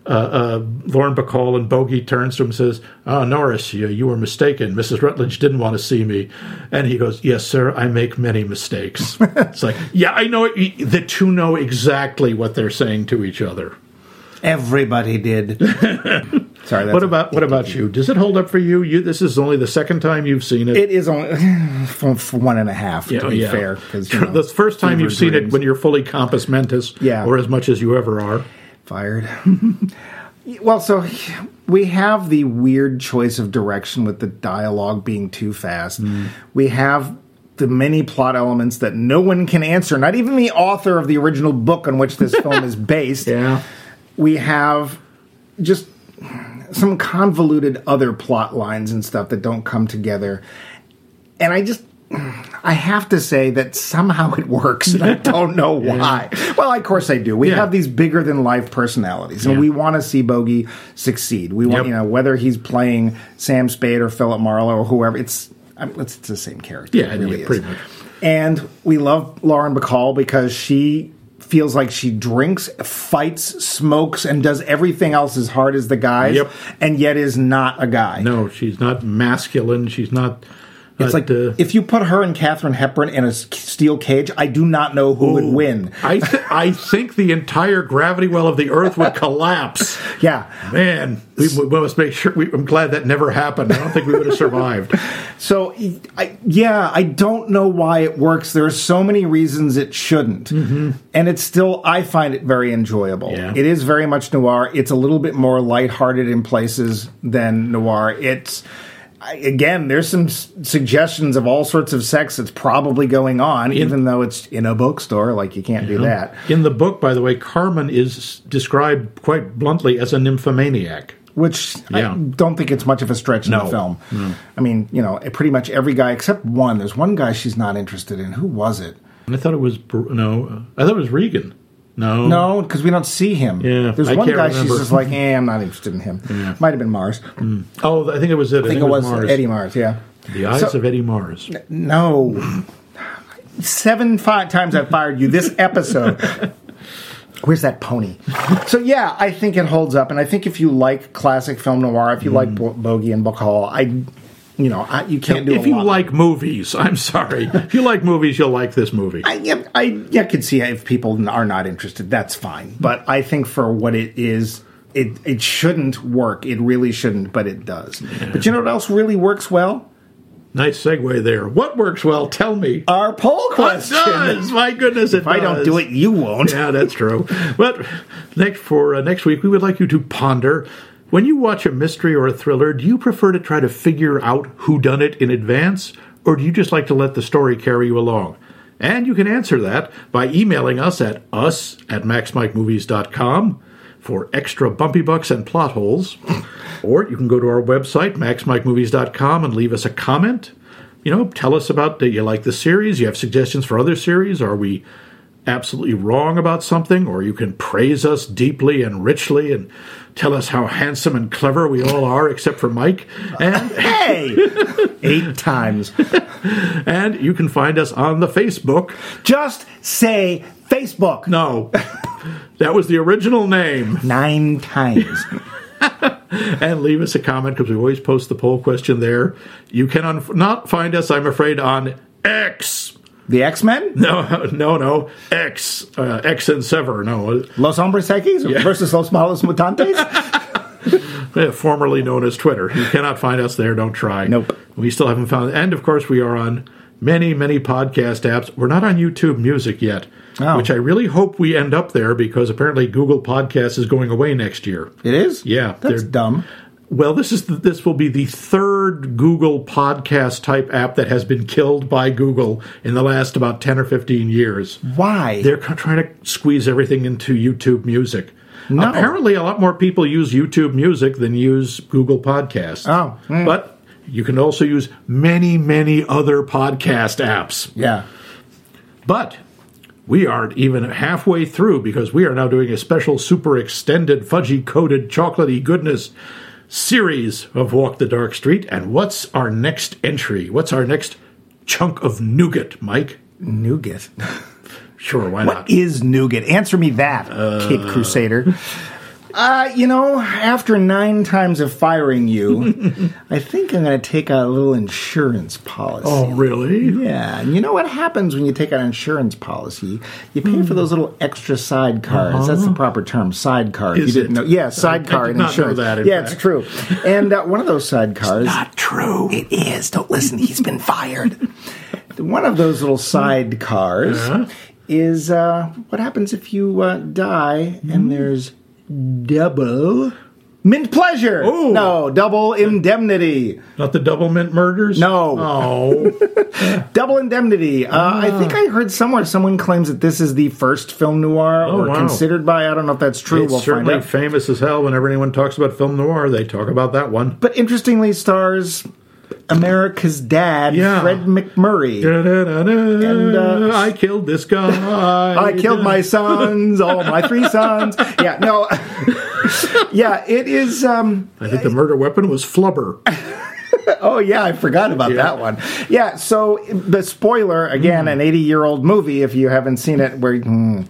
S2: uh, uh, Lauren Bacall, and Bogey turns to him and says, "Ah, Norris, you, you were mistaken. Mrs. Rutledge didn't want to see me." And he goes, "Yes, sir. I make many mistakes." it's like, yeah, I know. it- The two know exactly what they're saying to each other. [LAUGHS]
S3: Everybody did. Sorry. That's
S2: What about what about you? Does it hold up for you? You this is only the second time you've seen it.
S3: It is only [LAUGHS] for, for one and a half. to be fair,
S2: [LAUGHS]
S3: because you know,
S2: the first time
S3: fever
S2: you've seen
S3: dreams.
S2: it when you're fully compass mentis,
S3: Yeah.
S2: or as much as you ever are.
S3: fired. [LAUGHS] well, so we have the weird choice of direction with the dialogue being too fast.
S2: Mm.
S3: We have the many plot elements that no one can answer, not even the author of the original book on which this film is based. we have just some convoluted other plot lines and stuff that don't come together. And I just I have to say that somehow it works. And I don't know why. Well, of course I do. We
S2: Yeah.
S3: have these bigger than life personalities, and
S2: Yeah.
S3: we want to see Bogey succeed. We want
S2: Yep.
S3: you know whether he's playing Sam Spade or Philip Marlowe or whoever. It's I mean, it's, it's the same character.
S2: Yeah,
S3: it
S2: yeah,
S3: really is.
S2: pretty much.
S3: And we love Lauren Bacall because she feels like she drinks, fights, smokes, and does everything else as hard as the guys,
S2: Yep.
S3: and yet is not a guy.
S2: No, she's not masculine. She's not.
S3: It's like
S2: uh,
S3: if you put her and Katherine Hepburn in a s- steel cage, I do not know who would win.
S2: I th- I think the entire gravity well of the Earth would
S3: [LAUGHS]
S2: collapse.
S3: Yeah.
S2: Man, we, we must make sure. We, I'm glad that never happened. I don't think we would have survived.
S3: So, e, I, yeah, I don't know why it works. There are so many reasons it shouldn't. And it's still, I find it very enjoyable.
S2: Mm-hmm. Yeah.
S3: It is very much noir. It's a little bit more lighthearted in places than noir. It's, I- again, there's some s- suggestions of all sorts of sex that's probably going on, even though it's in a bookstore. Like, you can't do that.
S2: In the book, by the way, Carmen is described quite bluntly as a nymphomaniac.
S3: which
S2: Yeah.
S3: I don't think it's much of a stretch in the
S2: No.
S3: film. I mean, you know, pretty much every guy except one. There's one guy she's not interested in. Who was it?
S2: And I thought it was Br- no. uh, I thought it was Regan. No,
S3: No, because we don't see him.
S2: Yeah,
S3: There's
S2: I
S3: one
S2: can't
S3: guy
S2: remember.
S3: she's just like, eh, I'm not interested in him. Might have been Mars.
S2: Oh, I think it was it. I
S3: I think it was Eddie Mars, yeah.
S2: The eyes
S3: So-
S2: of Eddie Mars.
S3: No. Seven fi- times I've fired you this episode. [LAUGHS] Where's that pony? so yeah, I think it holds up, and I think if you like classic film noir, if you like Bo- Bogey and Bacall, I, you know, I, you can't do.
S2: Mm. If
S3: a
S2: you
S3: lot.
S2: like movies, [LAUGHS] I'm sorry. if you like movies, you'll like this movie.
S3: I, yeah, I, yeah, I could see if people n- are not interested, that's fine. But I think for what it is, it it shouldn't work. It really shouldn't, but it does. But you know what else really works well?
S2: Nice segue there. What works well? Tell me.
S3: Our poll
S2: What
S3: question.
S2: does? My goodness, it
S3: If I don't
S2: does.
S3: do it, you
S2: [LAUGHS]
S3: won't.
S2: Yeah, that's true. But next for uh, next week, we would like you to ponder. When you watch a mystery or a thriller, do you prefer to try to figure out who done it in advance, or do you just like to let the story carry you along? And you can answer that by emailing us at us at maxmikemovies.com for extra bumpy bucks and plot holes. [LAUGHS] or you can go to our website, maxmikemovies.com, and leave us a comment. You know, tell us about that you like the series, you have suggestions for other series, are we absolutely wrong about something, or you can praise us deeply and richly and tell us how handsome and clever we all are, except for Mike. And,
S3: [LAUGHS] Hey! Eight times.
S2: and you can find us on the Facebook.
S3: Just say Facebook.
S2: No, that was the original name.
S3: Nine times.
S2: And leave us a comment because we always post the poll question there. You can un- not find us, I'm afraid, on X. [LAUGHS]
S3: The X Men?
S2: No, no, no. X. Uh, X and Sever. No.
S3: Los Hombres X versus Los Malos Mutantes?
S2: Eh, formerly known as Twitter. You cannot find us there. Don't try.
S3: Nope.
S2: We still haven't found. And of course, we are on many, many podcast apps. We're not on YouTube Music yet,
S3: Oh.
S2: which I really hope we end up there because apparently Google Podcasts is going away next year.
S3: it is?
S2: Yeah,
S3: That's
S2: they're-
S3: dumb.
S2: Well, this is the, this will be the third Google podcast type app that has been killed by Google in the last about ten or fifteen years.
S3: Why?
S2: They're c- trying to squeeze everything into YouTube Music.
S3: No.
S2: Apparently, a lot more people use YouTube Music than use Google Podcasts.
S3: Oh, mm.
S2: but you can also use many, many other podcast apps.
S3: yeah.
S2: But we aren't even halfway through because we are now doing a special super extended fudgy coated chocolatey goodness series of Walk the Dark Street. And what's our next entry? What's our next chunk of nougat, Mike?
S3: Nougat. [LAUGHS]
S2: Sure, why
S3: What
S2: not?
S3: is nougat? Answer me that, Cape
S2: [LAUGHS]
S3: Crusader. Uh, you know, after nine times of firing
S2: [LAUGHS]
S3: you, I think I'm going to take out a little insurance policy.
S2: oh, really?
S3: Yeah, and you know what happens when you take out an insurance policy? You pay
S2: Hmm.
S3: for those little extra sidecars. That's the proper term, sidecar. if
S2: Uh-huh. Is
S3: you didn't
S2: it?
S3: know? Yeah, sidecar
S2: I did
S3: in
S2: not know
S3: insurance.
S2: that, in
S3: yeah,
S2: fact.
S3: it's true. And uh, one of those sidecars.
S2: Not true.
S3: It is. Don't listen. He's been fired. One of those little sidecars is uh, what happens if you uh, die and there's double mint pleasure.
S2: Ooh.
S3: No, double indemnity.
S2: Not the double mint murders? [LAUGHS]
S3: No.
S2: Oh.
S3: Double Indemnity. Uh, I think I heard somewhere someone claims that this is the first film noir or
S2: wow.
S3: considered by. I don't know if that's true.
S2: it's
S3: we'll find
S2: certainly
S3: out.
S2: famous as hell. Whenever anyone talks about film noir, they talk about that one.
S3: but interestingly, stars America's dad,
S2: Yeah.
S3: Fred McMurray.
S2: And,
S3: uh,
S2: I killed this guy.
S3: I killed my sons, all my [LAUGHS] three sons. Yeah, no. [LAUGHS] yeah, it is. Um,
S2: I think the murder weapon was
S3: [LAUGHS]
S2: flubber.
S3: Oh yeah, Hmm. I forgot about that one. Yeah, so the spoiler again, an eighty-year-old movie. If you haven't seen it, where hmm.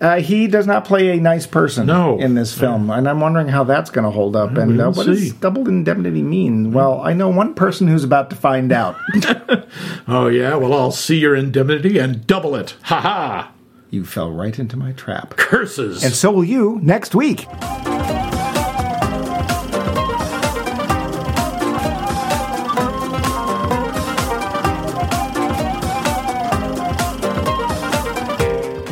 S3: uh, he does not play a nice person
S2: No.
S3: in this film, and I'm wondering how that's going to hold up. And uh,
S2: will
S3: what does
S2: see.
S3: double indemnity mean? Well, I know one person who's about to find out.
S2: Oh yeah, well I'll see your indemnity and double it. Ha ha!
S3: [LAUGHS] you fell right into my trap,
S2: Curses.
S3: and so will you next week.